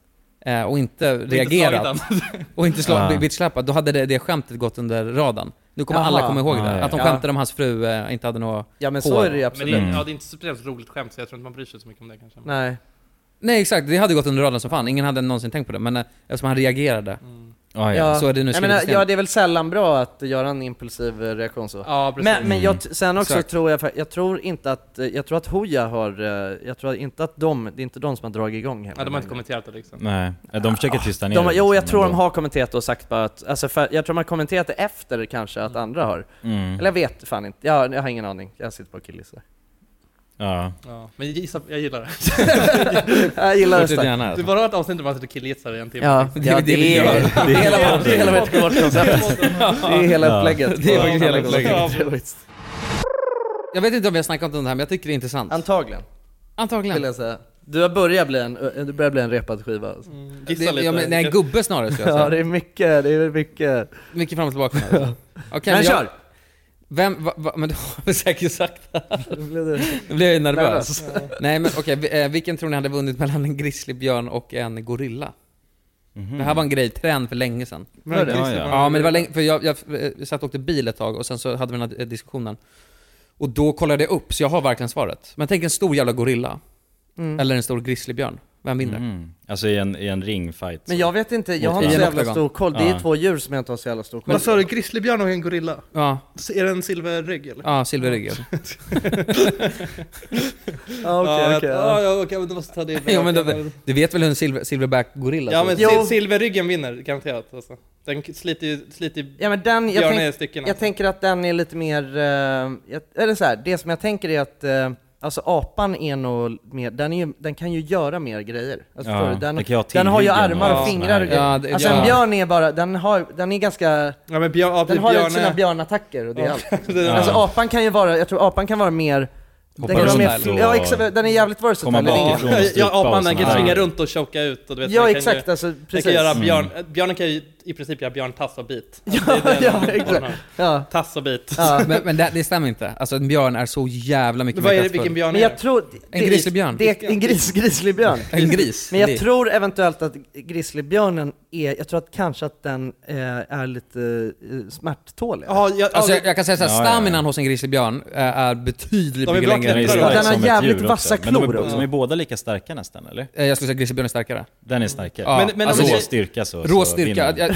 eh, och inte reagerat
slagit han.
och inte
Ah.
sla- blivit släpad, då hade det, det skämtet gått under radarn. Nu kommer
Jaha.
alla komma ihåg
Ah,
det.
ja,
Att de
ja.
skämtade om hans fru eh, inte hade något
Ja, men
hår.
så är det ju absolut.
Men det, är-
Mm.
ja, det är inte så speciellt roligt skämt så jag tror inte man bryr sig så mycket om det kanske.
Nej.
Nej exakt, det hade gått under radarn som fan. Ingen hade någonsin tänkt på det. Men eh, eftersom han reagerade
Ah, ja.
så är det nu
jag
skrivet
menar,
i sten.
ja, det är väl sällan bra att göra en impulsiv eh, reaktion så.
Ja, precis.
men men jag, t- sen också
Exakt.
tror jag, fa- jag tror inte att, eh, jag tror att Hoja har, eh, jag tror inte att de, det är inte de som har dragit igång hela
Ja, de har inte
den
kommenterat det liksom.
Nej, de försöker tysta ner
De, har-
det,
jo, jag
liksom,
tror de
ändå.
har kommenterat och sagt bara att, alltså för, jag tror de har kommenterat det efter kanske att andra har.
Mm.
Eller jag vet fan inte, jag, jag har ingen aning. Jag sitter bara och killgissar.
Ja.
Ja, men gissa, jag gillar det.
jag gillar det
Fortsätt
starkt.
gärna.
Du bara har ett avsnitt där man sitter och killgissar i en timme.
Ja,
Det är-
ja,
det är-
det är det är hela vårt- det är hela vårt vårt koncept. Det är hela
Ja.
upplägget.
Det är faktiskt hela
upplägget.
Jag vet inte om vi har snackat om det här men jag tycker det är intressant.
Antagligen,
Antagligen.
vill jag säga. Du har börjat bli en, du börjar bli en repad skiva. Alltså.
Gissa
Det-
lite.
ja, men, nej, gubbe snarare skulle jag
Ja,
säga.
det är mycket, det är mycket.
Mycket fram och tillbaka. Okej,
Men
jag-
kör!
Vem, va, va, men du har väl säkert sagt det här.
Då blev det-
Nu blir jag ju nervös. Nej men okej, vi- eh, vilken tror ni hade vunnit mellan en grizzlybjörn och en gorilla? Det här var en grej, trend för länge sedan.
Men,
Ja, ja.
Ja men det var länge, för jag, jag, jag satt och åkte bil ett tag och sen så hade vi den här eh, diskussionen. Och då kollade jag upp, så jag har verkligen svaret. Men tänk en stor jävla gorilla. Eller en stor grizzlybjörn. Vem vinner?
Mm. Alltså i en, i en ringfight.
Men jag vet inte, jag
Mot
har inte så
varandra.
jävla stor koll. Det är
Ja.
två djur som jag inte har så jävla stor koll
Vad sa
på.
du? Grizzlybjörn och en gorilla?
Ja,
Är det en silverrygg eller?
ja silverrygg.
Ja, okej,
ja,
okej. ja.
ja, ja, okej, men du måste ta det.
ja, men du, du vet väl hur en silver, silverback gorilla
ja,
ser
men
ut?
Jo.
sil- silverryggen vinner garanterat alltså. Den k- sliter ju, sliter ju
Ja men den, jag,
björnen
tänk,
i stycken.
jag tänker att den är lite mer, eh, jag, eller så här, det som jag tänker är att, eh, Alltså apan är nog mer, den, är, ju- den kan ju göra mer grejer. Alltså,
Ja,
förstår du? den,
det kan ju ha
den har ju
tillhyggen och
armar och
allt
fingrar
sånt där.
och grejer.
Ja, det-
alltså
ja. typ
en björn är bara, den, har, den är ganska...
Ja, men björn, ja, typ
den har
björn
ju sina
är-
björnattacker och det är
Ja,
allt.
det är-
Alltså
Ja.
apan kan ju vara, jag tror apan kan vara mer... Den kan
runt
vara mer
där
fl-
och-
ja, exakt, den är jävligt versatile.
Ja,
den är-
ja, ja, apan den kan svinga runt och choka ut och du vet,
Ja,
den kan
exakt,
ju,
alltså,
den
precis.
Kan göra
Mm.
björn, Björnen kan ju i princip göra björntass och bit. Alltså,
Ja, ja, exakt. Ja.
Tass och bit.
Men, men det, det stämmer inte. Alltså en björn är så jävla mycket
Vad
mer
är det-
kraftfull.
vilken björn
Men jag tror...
En grizzlybjörn.
Det, en gris, grizzlybjörn.
En gris.
Men jag
Det-
tror eventuellt att grizzlybjörnen är, jag tror att kanske att den eh, är lite eh, smärttålig.
Ja, jag,
Alltså jag, jag kan säga såhär,
Ja, ja, ja.
staminan hos en grizzlybjörn är, är betydligt
De är
mycket
bra
längre än grizzlybjörn.
klättrare. Den har
Som ett
jävligt
djur
vassa
också. Men
Men de är,
bo-
de är båda lika starka nästan eller?
Eh, Jag skulle säga grizzlybjörn är starkare.
Den är starkare.
Ja,
Men- men
alltså,
om vi-
rå
styrka så-
Rå
så
styrka.
vinner
Jag,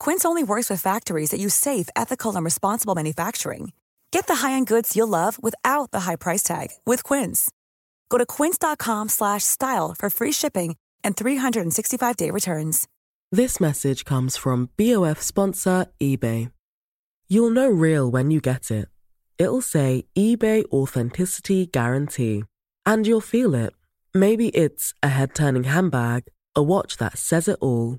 Quince only works with factories that use safe, ethical, and responsible manufacturing. Get the high-end goods you'll love without the high price tag with Quince. Go to quince.com slash style for free shipping and 365-day returns.
This message comes from BOF sponsor eBay. You'll know real when you get it. It'll say eBay Authenticity Guarantee. And you'll feel it. Maybe it's a head turning handbag, a watch that says it all,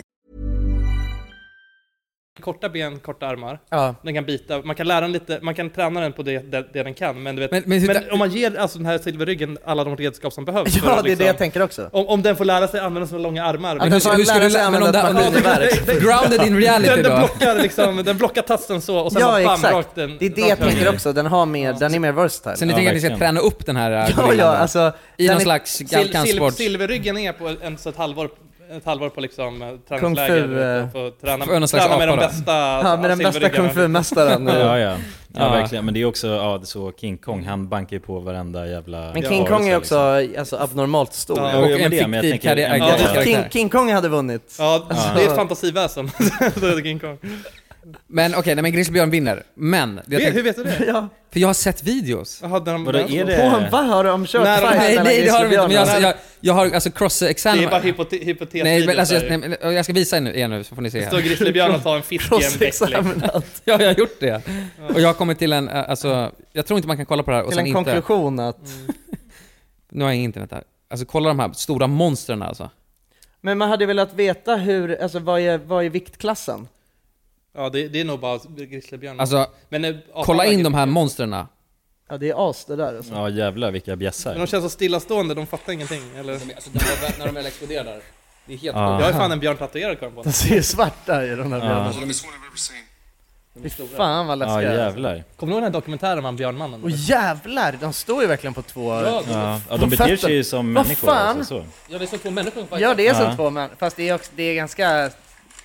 korta ben, korta armar.
Ja.
Den kan bita, man kan lära den lite, man kan träna den på det, det, det den kan. Men, du vet,
Men-
men,
men hur-
om man ger alltså, den här silverryggen alla de redskap som behövs.
Ja,
för
det är
att liksom-
det jag tänker också.
Om, om den får lära sig använda sina långa armar. liksom.
den får lära sig använda ett maskingevär. Grounded in reality
den, den
då.
blockar liksom, den blockar tassen så och sen bara bam, rakt den.
det är det
rakt
jag
höger.
tänker också, den, har mer, den är mer versatile.
Så ni tänker att ni ska träna upp den här eh,
Ja, ja,
gorillan då?
alltså,
I
den
någon
är-
slags
Sil, sil,
kampsport?
silverryggen är på en, så ett halvår ett halvår på liksom eh,
Kung fu...
träningsläger
eh,
och få träna,
för någon slags
träna med de
apa då.
bästa
Ja, med den bästa
silverryggarna.
kung fu-mästaren.
ja, ja. ja,
Ja.
verkligen. Men det är också, ja, det är så King Kong, han bankar ju på varenda jävla...
Men King Kong är också alltså, abnormalt stor.
Ja, Och jo, men en det, men jag fiktiv tänker- karriär- Ja, det- karaktär.
King, King Kong hade vunnit.
Ja,
Ja.
det är ett fantasiväsen. det är King Kong.
Men okej, nej men grizzlybjörn vinner. Men... det jag
Vet-
tänkte-
hur vet du det?
Ja.
För jag har sett videos.
Jaha, när de-
Vadå, är det-
På, vad har de kört
Nej,
fight
nej,
mellan
nej, det har de inte. Men jag,
grizzlybjörnar?
jag, jag har alltså cross-examen.
Det är bara hypote- hypotes-
Nej, men alltså, jag,
videos
nej, men, jag ska visa er nu, er nu så får ni se. här.
Står grizzlybjörn och tar en fisk i en bäck, liksom.
Cross-examinat. ja, jag har gjort det. Och jag har kommit till en, eh, alltså, jag tror inte man kan kolla på det här och
Till
sen
en
inte.
konklusion att...
Nu har jag inget internet här. Alltså kolla de här stora monstren alltså.
Men man hade velat veta hur, alltså vad är, vad är viktklassen?
Ja, det, det är nog bara grizzlybjörn.
Alltså,
Men, eh, apan
kolla
verkar-
in de här monstren.
Ja det är as det där alltså.
Ja jävlar vilka
Men
bjässar.
de känns så stillastående, de fattar ingenting. Eller?
när de väl exploderar där. Det är helt
Ja.
Jag är fan en björn tatuerad kom jag på.
De ser ju svarta i de där björnarna.
De är
Fy fan vad läskiga.
Ja, jävlar.
Kommer du ihåg den här dokumentären om Björnmannen?
Och jävlar, de står ju verkligen på två...
Ja, de-
Ja,
på
ja, de beter
fötter.
sig ju som
Vad
människor.
fan?
Alltså, så.
Ja, det är som två människor faktiskt.
Ja det är som
Ja.
två män, fast det är, också, det är ganska...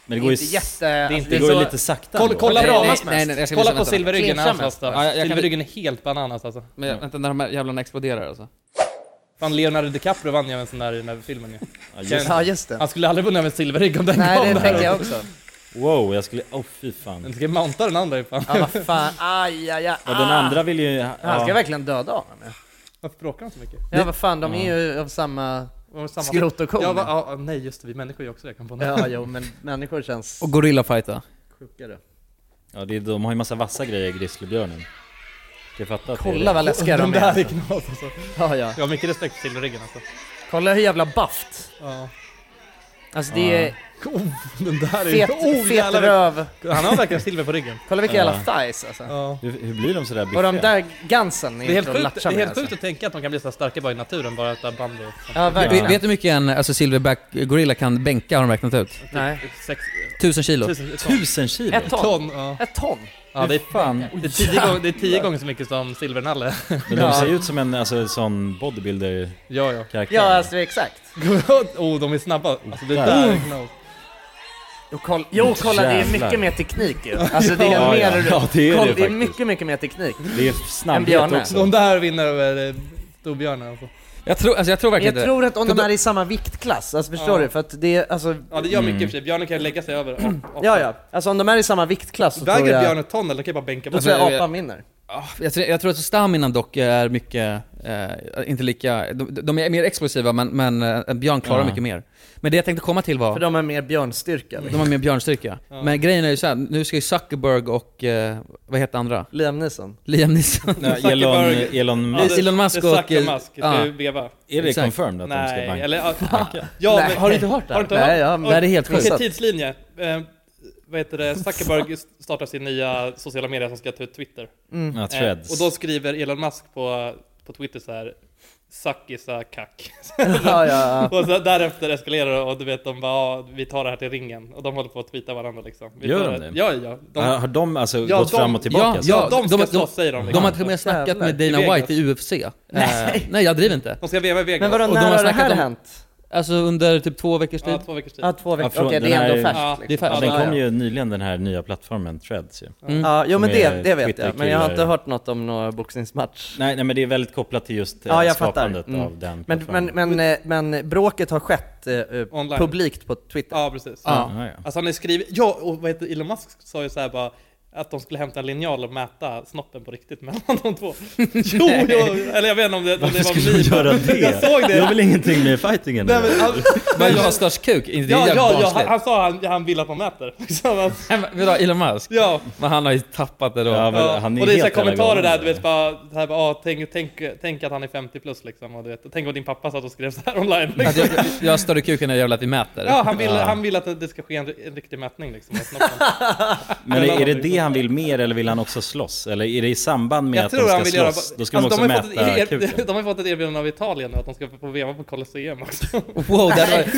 Men det går ju
inte
s-
jätte...
det är
alltså,
inte- det går ju
så-
lite sakta
Kolla,
ändå.
kolla,
Nej,
ramas
nej,
mest.
nej, nej, jag ska
kolla
visa
på
nästa.
silverryggen,
Clincha
hans
mest.
bästa.
Ja, jag kan-
Silverryggen är helt bananas alltså.
Men jag- vänta, när de här jävlarna exploderar alltså.
Fan, Leonardo DiCaprio vann ju en sån där i den här filmen ju.
just det. Ja, just det.
Han skulle aldrig vunnit med silverrygg om den
Nej,
kom
det
där.
tänker jag också.
Wow, jag skulle, åh fy fan.
Den ska mounta den andra ju fan.
Ja vad fan, aj, aj, aj.
Ja, den andra vill ju...
Han ska verkligen döda honom.
Varför bråkar de så mycket?
Ja vad fan, de är ju av samma...
och samma-
Skrot och korn.
Ja, va, ja, ja, nej just det, vi människor är ju också det, kom på nu.
Ja, jo, men människor känns
Och gorillafajta.
sjukare.
Ja, det är, de har ju massa vassa grejer, grizzlybjörnen. Kan jag fatta att det är
Kolla
det?
vad läskiga de är.
där är
alltså.
knas alltså.
Ja, ja.
Jag har mycket respekt för silverryggen alltså.
Kolla hur jävla bafft.
Ja.
Alltså det är
Oh, den där är
fet,
oh,
fet
jävlar.
röv.
Han har verkligen silver på ryggen.
Kolla vilka
Ja.
jävla thighs alltså.
Ja.
Hur, hur blir de sådär biffiga?
Och de där gansen
Det är
är
helt
inte att
sjukt, det
latcha
är
med
helt
alltså.
sjukt att tänka att de kan bli så här starka bara i naturen, bara utav band och sånt.
Ja,
Vet,
verkligen.
vet du hur mycket en alltså, silverback gorilla kan bänka har de räknat ut?
Nej.
Typ Sex,
Tusen kilo.
tusen, ton.
Tusen kilo?
Ett ton.
ton ja.
Ett ton.
ja, det, är,
Fan.
det, är tio gånger, det är tio gånger så mycket som silvernalle.
Men de ser ju ut som en alltså, sån bodybuilder-karaktär.
Ja, ja.
Ja, alltså exakt.
oh, de är snabba. Alltså, det
Där.
där är knas.
Jo, koll, jo kolla det är
Jävlar.
mycket mer teknik ju. Alltså det är
Ja,
mer...
ja. Ja, det är det
koll, det är
faktiskt.
mycket, mycket mer teknik.
Det är
En
snabbhet
björne.
också.
De där vinner över eh, storbjörnar alltså.
Jag tror, alltså, jag tror
Men
verkligen
jag
inte det.
tror att om
Då-
de
då-
är i samma viktklass, alltså förstår
Ja.
du? För att det är alltså...
Ja det gör mycket i och för sig, björnen kan ju lägga sig över. och- och-
Ja, ja. Alltså om de är i samma viktklass så tror
Väger björn
jag...
ett ton eller kan Alltså, jag bara bänka
Då
på
tror
sig?
jag apan vinner.
Ah, Jag tror, jag tror att staminan dock är mycket, eh, inte lika, de, de är mer explosiva men, men eh, en björn klarar
Ja.
mycket mer. Men det jag tänkte komma till
För
var,
de är mer björnstyrka. liksom.
de har mer björnstyrka. Men grejen är ju såhär, nu ska ju Zuckerberg och, eh, vad heter andra?
Liam Neeson.
Liam Neeson.
Nej, Elon,
Zuckerberg.
Elon
Ja, det-
Musk.
Elon Musk
det är
och-
Zucker Musk,
ja.
ska ju veva.
Är det
Exakt.
confirmed att de ska
Nej,
banka?
eller ja, ja, men,
Har du inte hört det?
Har du inte
Nej, ja,
hört?
men det är helt
Vilken
sjukt.
tidslinje? Eh, vad heter det? Zuckerberg startar sin nya sociala medier som ska ta ut Twitter.
Ja,
Eh,
threads.
och då skriver Elon Musk på, på Twitter så här Suckisa kack.
Ja, ja,
och så därefter eskalerar det och du vet de bara "Ja, vi tar det här till ringen. Och de håller på att tweeta varandra liksom. Vi
Gör
tar
de det?
Ja, ja, ja. De,
har, har de alltså
Ja,
gått
de-
fram och tillbaka?
ja,
så?
ja,
ja,
de ska
de har-
slåss säger de.
De
liksom.
har till och med snackat med
Jävlar.
Dana
I Vegas.
White i UFC. Nej, eh, nej jag driver inte.
De ska veva i Vegas.
Men vadå,
Och de har
när har det
snackat
här
om-
hänt?
Alltså under typ två veckors tid.
Ja, två veckors tid.
Ja, två veckor.
Ja, från
Okej, det
den
är
här-
ändå färskt.
Ja, alltså,
liksom.
det är färskt.
Ja, den
Ja,
kom
ja.
ju nyligen den här nya plattformen Threads ju.
Ja, jo men
Som är
det, det vet jag. Men jag har inte
Twitter-killar.
hört något om någon boxningsmatch.
Nej, nej men det är väldigt kopplat till just eh,
Ja, jag fattar.
skapandet
Mm.
av den
Men, men,
plattformen.
men, eh, men bråket har skett eh, eh,
Online.
publikt på Twitter.
Ja, precis.
Ah, Ja, ja.
Alltså han har skrivit, ja och vad heter Elon Musk sa ju så här bara att de skulle hämta en linjal och mäta snoppen på riktigt mellan de två. Jo, jo eller jag vet inte om det, om det var
Varför skulle de
liv.
göra det?
Jag såg det.
Jag har väl ingenting med fightingen
Nej, men, han,
Men jag har störst kuk, det är
ja,
jävligt
ja, ja, han,
barnsligt.
han sa han, han vill att man mäter. Liksom, att-
Nej, men Vadå, Elon Musk?
ja.
Men han har ju tappat det då.
Ja, men
ja.
han är
och det är så här
helt jävla
kommentarer där,
galen.
du vet bara, så här, bara ah, tänk, tänk, tänk att han är 50 plus liksom. Och du vet, tänk om din pappa satt och skrev så här online. Liksom.
Alltså,
Att jag, jag har större kuk än jag jävla att vi mäter.
Ja, han vill, han vill att det- det ska ske en, en riktig mätning liksom. av snoppen.
Men är, är det det han vill mer eller vill han också slåss? Eller är det i samband med
Jag
att
tror
de ska
han vill
slåss?
göra... Alltså,
Då ska de också
har ju
mäta
fått ett, er-
kuken?
De har ju fått ett erbjudande av Italien nu att de ska få veva på Colosseum också.
Wow, det hade,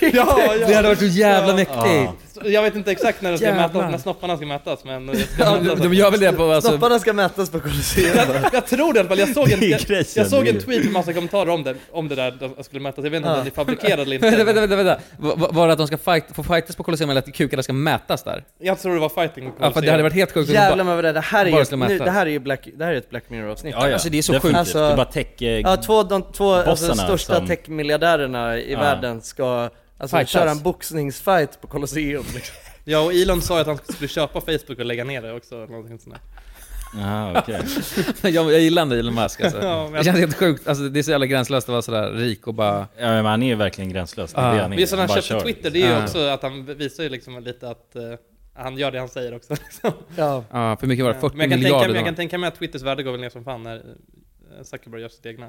ja, ja.
det hade varit så jävla
Ja.
mäktigt.
Så Jag vet inte exakt när, de ska
Jävlar.
mäta, när snopparna ska mätas men... Jag, ska
Ja,
mäta
de,
det.
de gör väl det på alltså,
Snopparna ska mätas på Colosseum.
jag, jag tror det i alla fall, jag såg en,
Det är
jag,
grejen,
jag såg
det är
en
ju-
tweet med massa kommentarer om det, om det där de skulle mätas. Jag vet inte om den är fabrikerad eller
Vänta, vänta,
inte.
vänta, vänta. Va- va- Var det att de ska fight, få fightas på Colosseum eller att kukarna ska mätas där?
Jag tror det var fighting
Ja, för det hade varit helt sjukt. om de
Jävlar
bara-
vad det det här är
Bara
ju,
skulle mäta.
nu, det här är ju Black, det här är ett Black Mirror-avsnitt.
Ja, ja.
Alltså, det är så
Definitivt.
sjukt.
Alltså-
det är bara tech... eh,
Ja, två, de två alltså,
Bossarna
största
som-
techmiljardärerna i
Ja.
världen ska alltså,
Fightas.
köra en boxningsfight på Colosseum. Liksom.
Ja och Elon sa ju att han skulle köpa Facebook och lägga ner det också. eller någonting sånt där.
Jaha, Ah, okej.
jag, jag gillar inte Elon Musk alltså.
Ja, men-
Det känns helt sjukt. Alltså, det är så jävla gränslöst att vara sådär rik och bara...
Ja, men han är ju verkligen gränslös. Det
Ja.
är det han
Men
är.
just när Ah. han
bara
köpte
kör.
Twitter, det är ju
Ja.
också att han visar ju liksom lite att eh, han gör det han säger också. Liksom.
Ja.
Ja, för mycket var det? 40
Men jag kan,
miljarder
tänka, jag
då.
kan tänka mig att Twitters värde går väl ner som fan när eh, Zuckerberg gör sitt egna.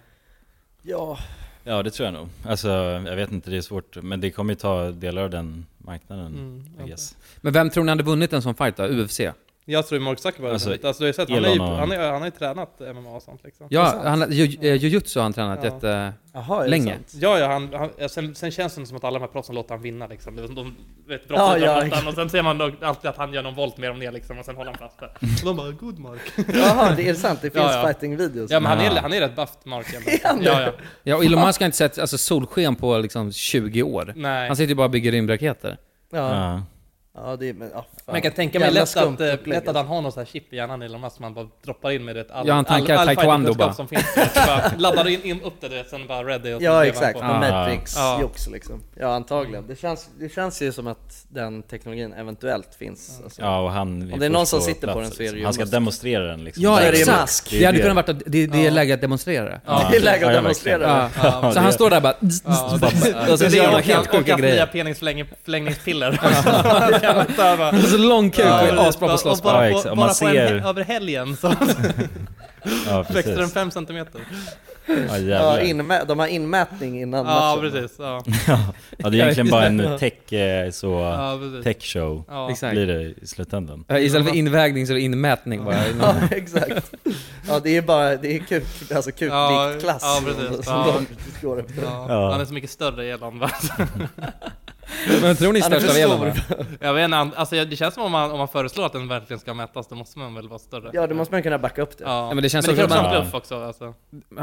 ja.
Ja, det tror jag nog. Alltså, jag vet inte, det är svårt. Men det kommer ju ta delar av den marknaden,
Mm,
I guess.
Men vem tror ni hade vunnit en sån fight då? UFC?
Jag tror Mark Zuckerberg
Alltså,
alltså, alltså, du har ju sett, han, är ju,
Elon och-
han, är, han har ju tränat MMA och sånt liksom.
Ja, han, ju, eh, jujutsu har han tränat
Ja.
jätte...
Jaha, är det
Länge.
sant?
Ja, ja, han, han, ja, sen, sen känns det som att alla de här proffsen låter han vinna liksom. De, de vet,
Ja,
brottaren
ja,
ja, ja. och sen ser man nog alltid att han gör någon volt med dem ner liksom och sen håller han fast där. Och de bara 'Good Mark'
Jaha, det är sant? Det finns
Ja, ja.
fighting-videos?
Ja men han är,
Ja.
han är rätt bufft Mark ändå.
han det?
Ja, ja.
Ja, och Elon Musk har inte sett alltså, solsken på liksom 20 år.
Nej.
Han sitter ju bara och bygger rymdraketer.
Ja.
Ja.
Ja, det är, men, ah, fan.
Men jag kan tänka mig
Jävla
lätt
skumt
att, eh,
upplägg,
lätt att
alltså.
han har någon sån här chip i hjärnan eller något som han bara droppar in med det. All,
Ja, han tankar taekwondo
fightingkunskap
bara.
Som finns, du vet, bara laddar in, in upp det du vet, sen bara ready och så lever
Ja
han
exakt,
på.
och Matrix-jox liksom. Ja antagligen. Det känns, det känns ju som att den teknologin eventuellt finns. Alltså.
Ja, och han
Om det är någon som
förstår
sitter på den
plats, liksom.
så är det ju
Han ska
Musk.
demonstrera den liksom.
Ja,
Så är
exakt.
Musk.
Det hade kunnat vara att det, det är läge att demonstrera det.
Ja. Det är läge att Ja, demonstrera verkligen. det.
Ja.
Ja,
Så
det-
han står där bara... Alltså, Och så
Det
gör
är
han
och-
helt
och
sjuka
haft nya
grejer.
penisförlängningspiller.
Alltså, Så lång kuk och är asbra på att
Och
slåss.
bara
Ja,
på,
exakt. Om
bara
man
på en,
ser-
he- över helgen så
Ja,
växte
precis.
den 5 centimeter.
Ja,
Ja,
jävlar.
inmä- de har inmätning innan
Ja,
matchen.
precis, ja.
ja, det är egentligen bara en tech, eh, så,
Ja, precis.
tech show
Ja.
Exakt.
blir det i slutändan.
Ja, Istället för invägning så är det inmätning bara.
Ja, exakt. Ja, det är bara, det är kuk, alltså
Ja,
kukviktklass.
ja, precis.
som
Ja.
de går efter.
Ja. Han är så mycket större i Elan va?
Men tror ni Han är störst för av Elan, stor.
Jag vet inte, han- alltså, jag- det känns som om man, om man föreslår att den verkligen ska mätas, då måste man väl vara större?
Ja, då måste man kunna backa upp det.
Ja.
Ja, men det känns
men det
också
kan
som
också vara
att-
en bluff också alltså.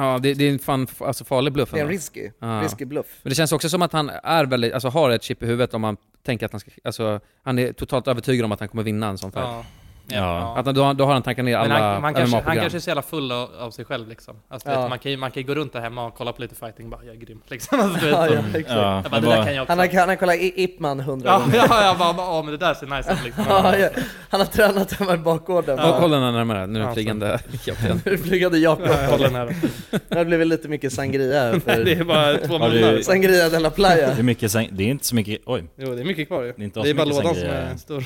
Ja, det, det är en fan alltså farlig bluff.
Det är en
ändå.
risky- risky bluff.
Men det känns också som att han är väldigt, alltså har ett chip i huvudet om man tänker att han ska, alltså han är totalt övertygad om att han kommer vinna en sån fight.
Ja. Ja.
Ja. Att han, då, då har han tankat ner
Men
alla
han, man kanske, han
MMA-program.
kanske är så jävla full av, av sig själv liksom. Alltså, du
Ja.
vet, man, kan ju, man kan ju gå runt där hemma och kolla på lite fighting bara, jag är grym liksom. Alltså, du vet,
Ja,
så.
ja, exakt.
jag bara, det där kan jag också.
Han har, han har kollat I- Ip Man hundra
Ja,
gånger.
ja, jag bara, ja men det där ser nice ut liksom.
Ja, ja. Han har tränat hemma i bakgården.
Håll- Håll den här närmare, nu är det
Alltså.
flygande kapten.
Nu flygande Jakob.
Ja, jag håller den här.
Det har blivit lite mycket sangria här för...
Det är Mm. bara två
Har du-
munnar.
Sangria de la Playa.
Hur mycket sang- det är inte så mycket, oj.
Jo, det är mycket kvar ju.
Det är, inte
Det är bara
asmycket
lådan som
sangria.
är stor.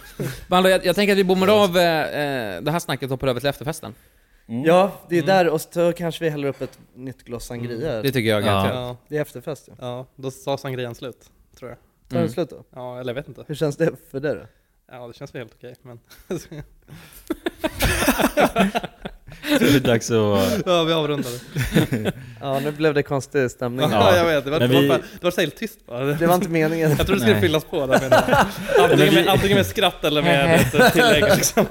Men Andra, jag, jag tänker att vi bommar av eh, eh, det här snacket och hoppar över till efterfesten.
Mm. Ja, det är
Mm.
där och så kanske vi häller upp ett nytt glas sangria.
Det tycker jag, garanterat. Ja.
Det är efterfest ja.
Ja, då sa sangrian slut, tror jag.
Tar
Mm.
den slut då?
Ja, eller jag vet inte.
Hur känns det för dig då?
Ja, det känns väl helt okej, men...
Det är dags att-
Ja, vi avrundar det.
Ja, nu blev det konstig stämning.
Ja, jag vet. Det var,
Men
det var,
vi-
bara- det var så helt tyst bara.
Det var inte meningen.
Jag trodde det skulle
Nej.
fyllas på där med antingen, med, antingen med skratt eller med ett tillägg liksom.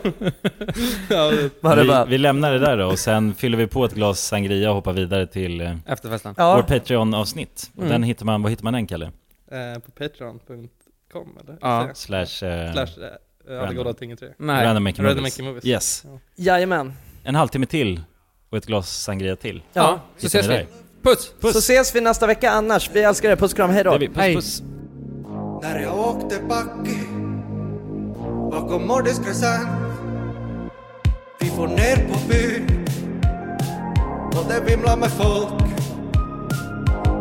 Ja, det-
Vi, vi lämnar det där då och sen fyller vi på ett glas sangria och hoppar vidare till eh,
Efterfesten.
Ja.
vår Patreon-avsnitt. Och
Mm.
Den hittar man, var hittar man den Kalle?
Eh, På patreon.com eller?
Ja. Slash, eh,
Slash eh, alla
random.
goda ting i tre.
Nej. Random Making
Random
Movies.
Making Movies.
Yes.
Ja.
Jajamän.
En halvtimme till och ett glas sangria till.
Ja,
så
Hittar
ses
ni
vi.
där.
Puss!
Så ses vi nästa vecka annars. Vi älskar er. Puss och kram, hejdå!
Det är vi. Puss, Hej. puss.
När jag åkte backe bakom Mårdes crescent Vi får ner på byn och det vimlar med folk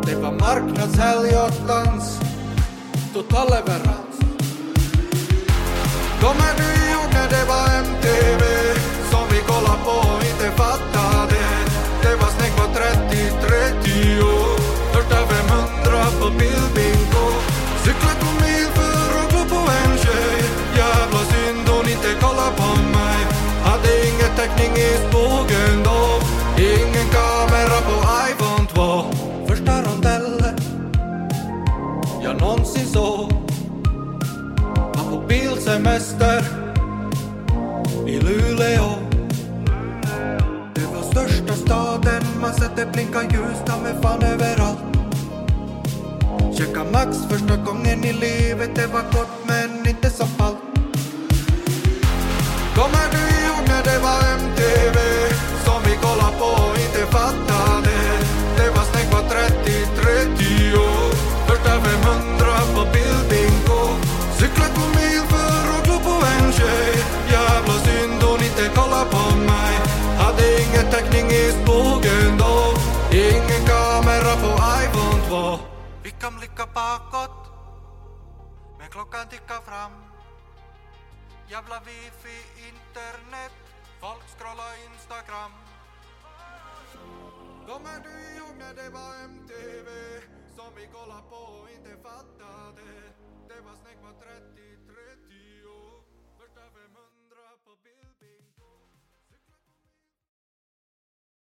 Det var marknadshelg åt lands total leverans De här nygjorda det var MTV som vi kollade på och inte fattade Det var snyggt på 30-30 första 500 på bilbingo Cykla på mil för att gå på en tjej Jävla synd hon inte kollar på mig Hade ingen täckning i skogen då Ingen kamera på iPhone 2 Första rondellen jag någonsin såg Var på bilsemester i Luleå Det var största staden, man sätter blinka ljus, ta mig fan överallt Checka Max första gången i livet, det var gott men inte så kallt. Kommer du ihåg när det var MTV som vi kollade på och inte fattade? Det var snyggt på 30-30 första 500 på bildbingo. Cykla på mil för att glo på en tjej. Jävla synd hon inte kollar på mig. Hade ingen täckning i skogen då. Ingen kamera på iPhone 2. Vi kan blicka bakåt, men klockan tickar fram. Jävla wifi, internet, folk scrollar Instagram. Kommer du ihåg när det var MTV som vi kollade på och inte fattade? Det var snyggt på 30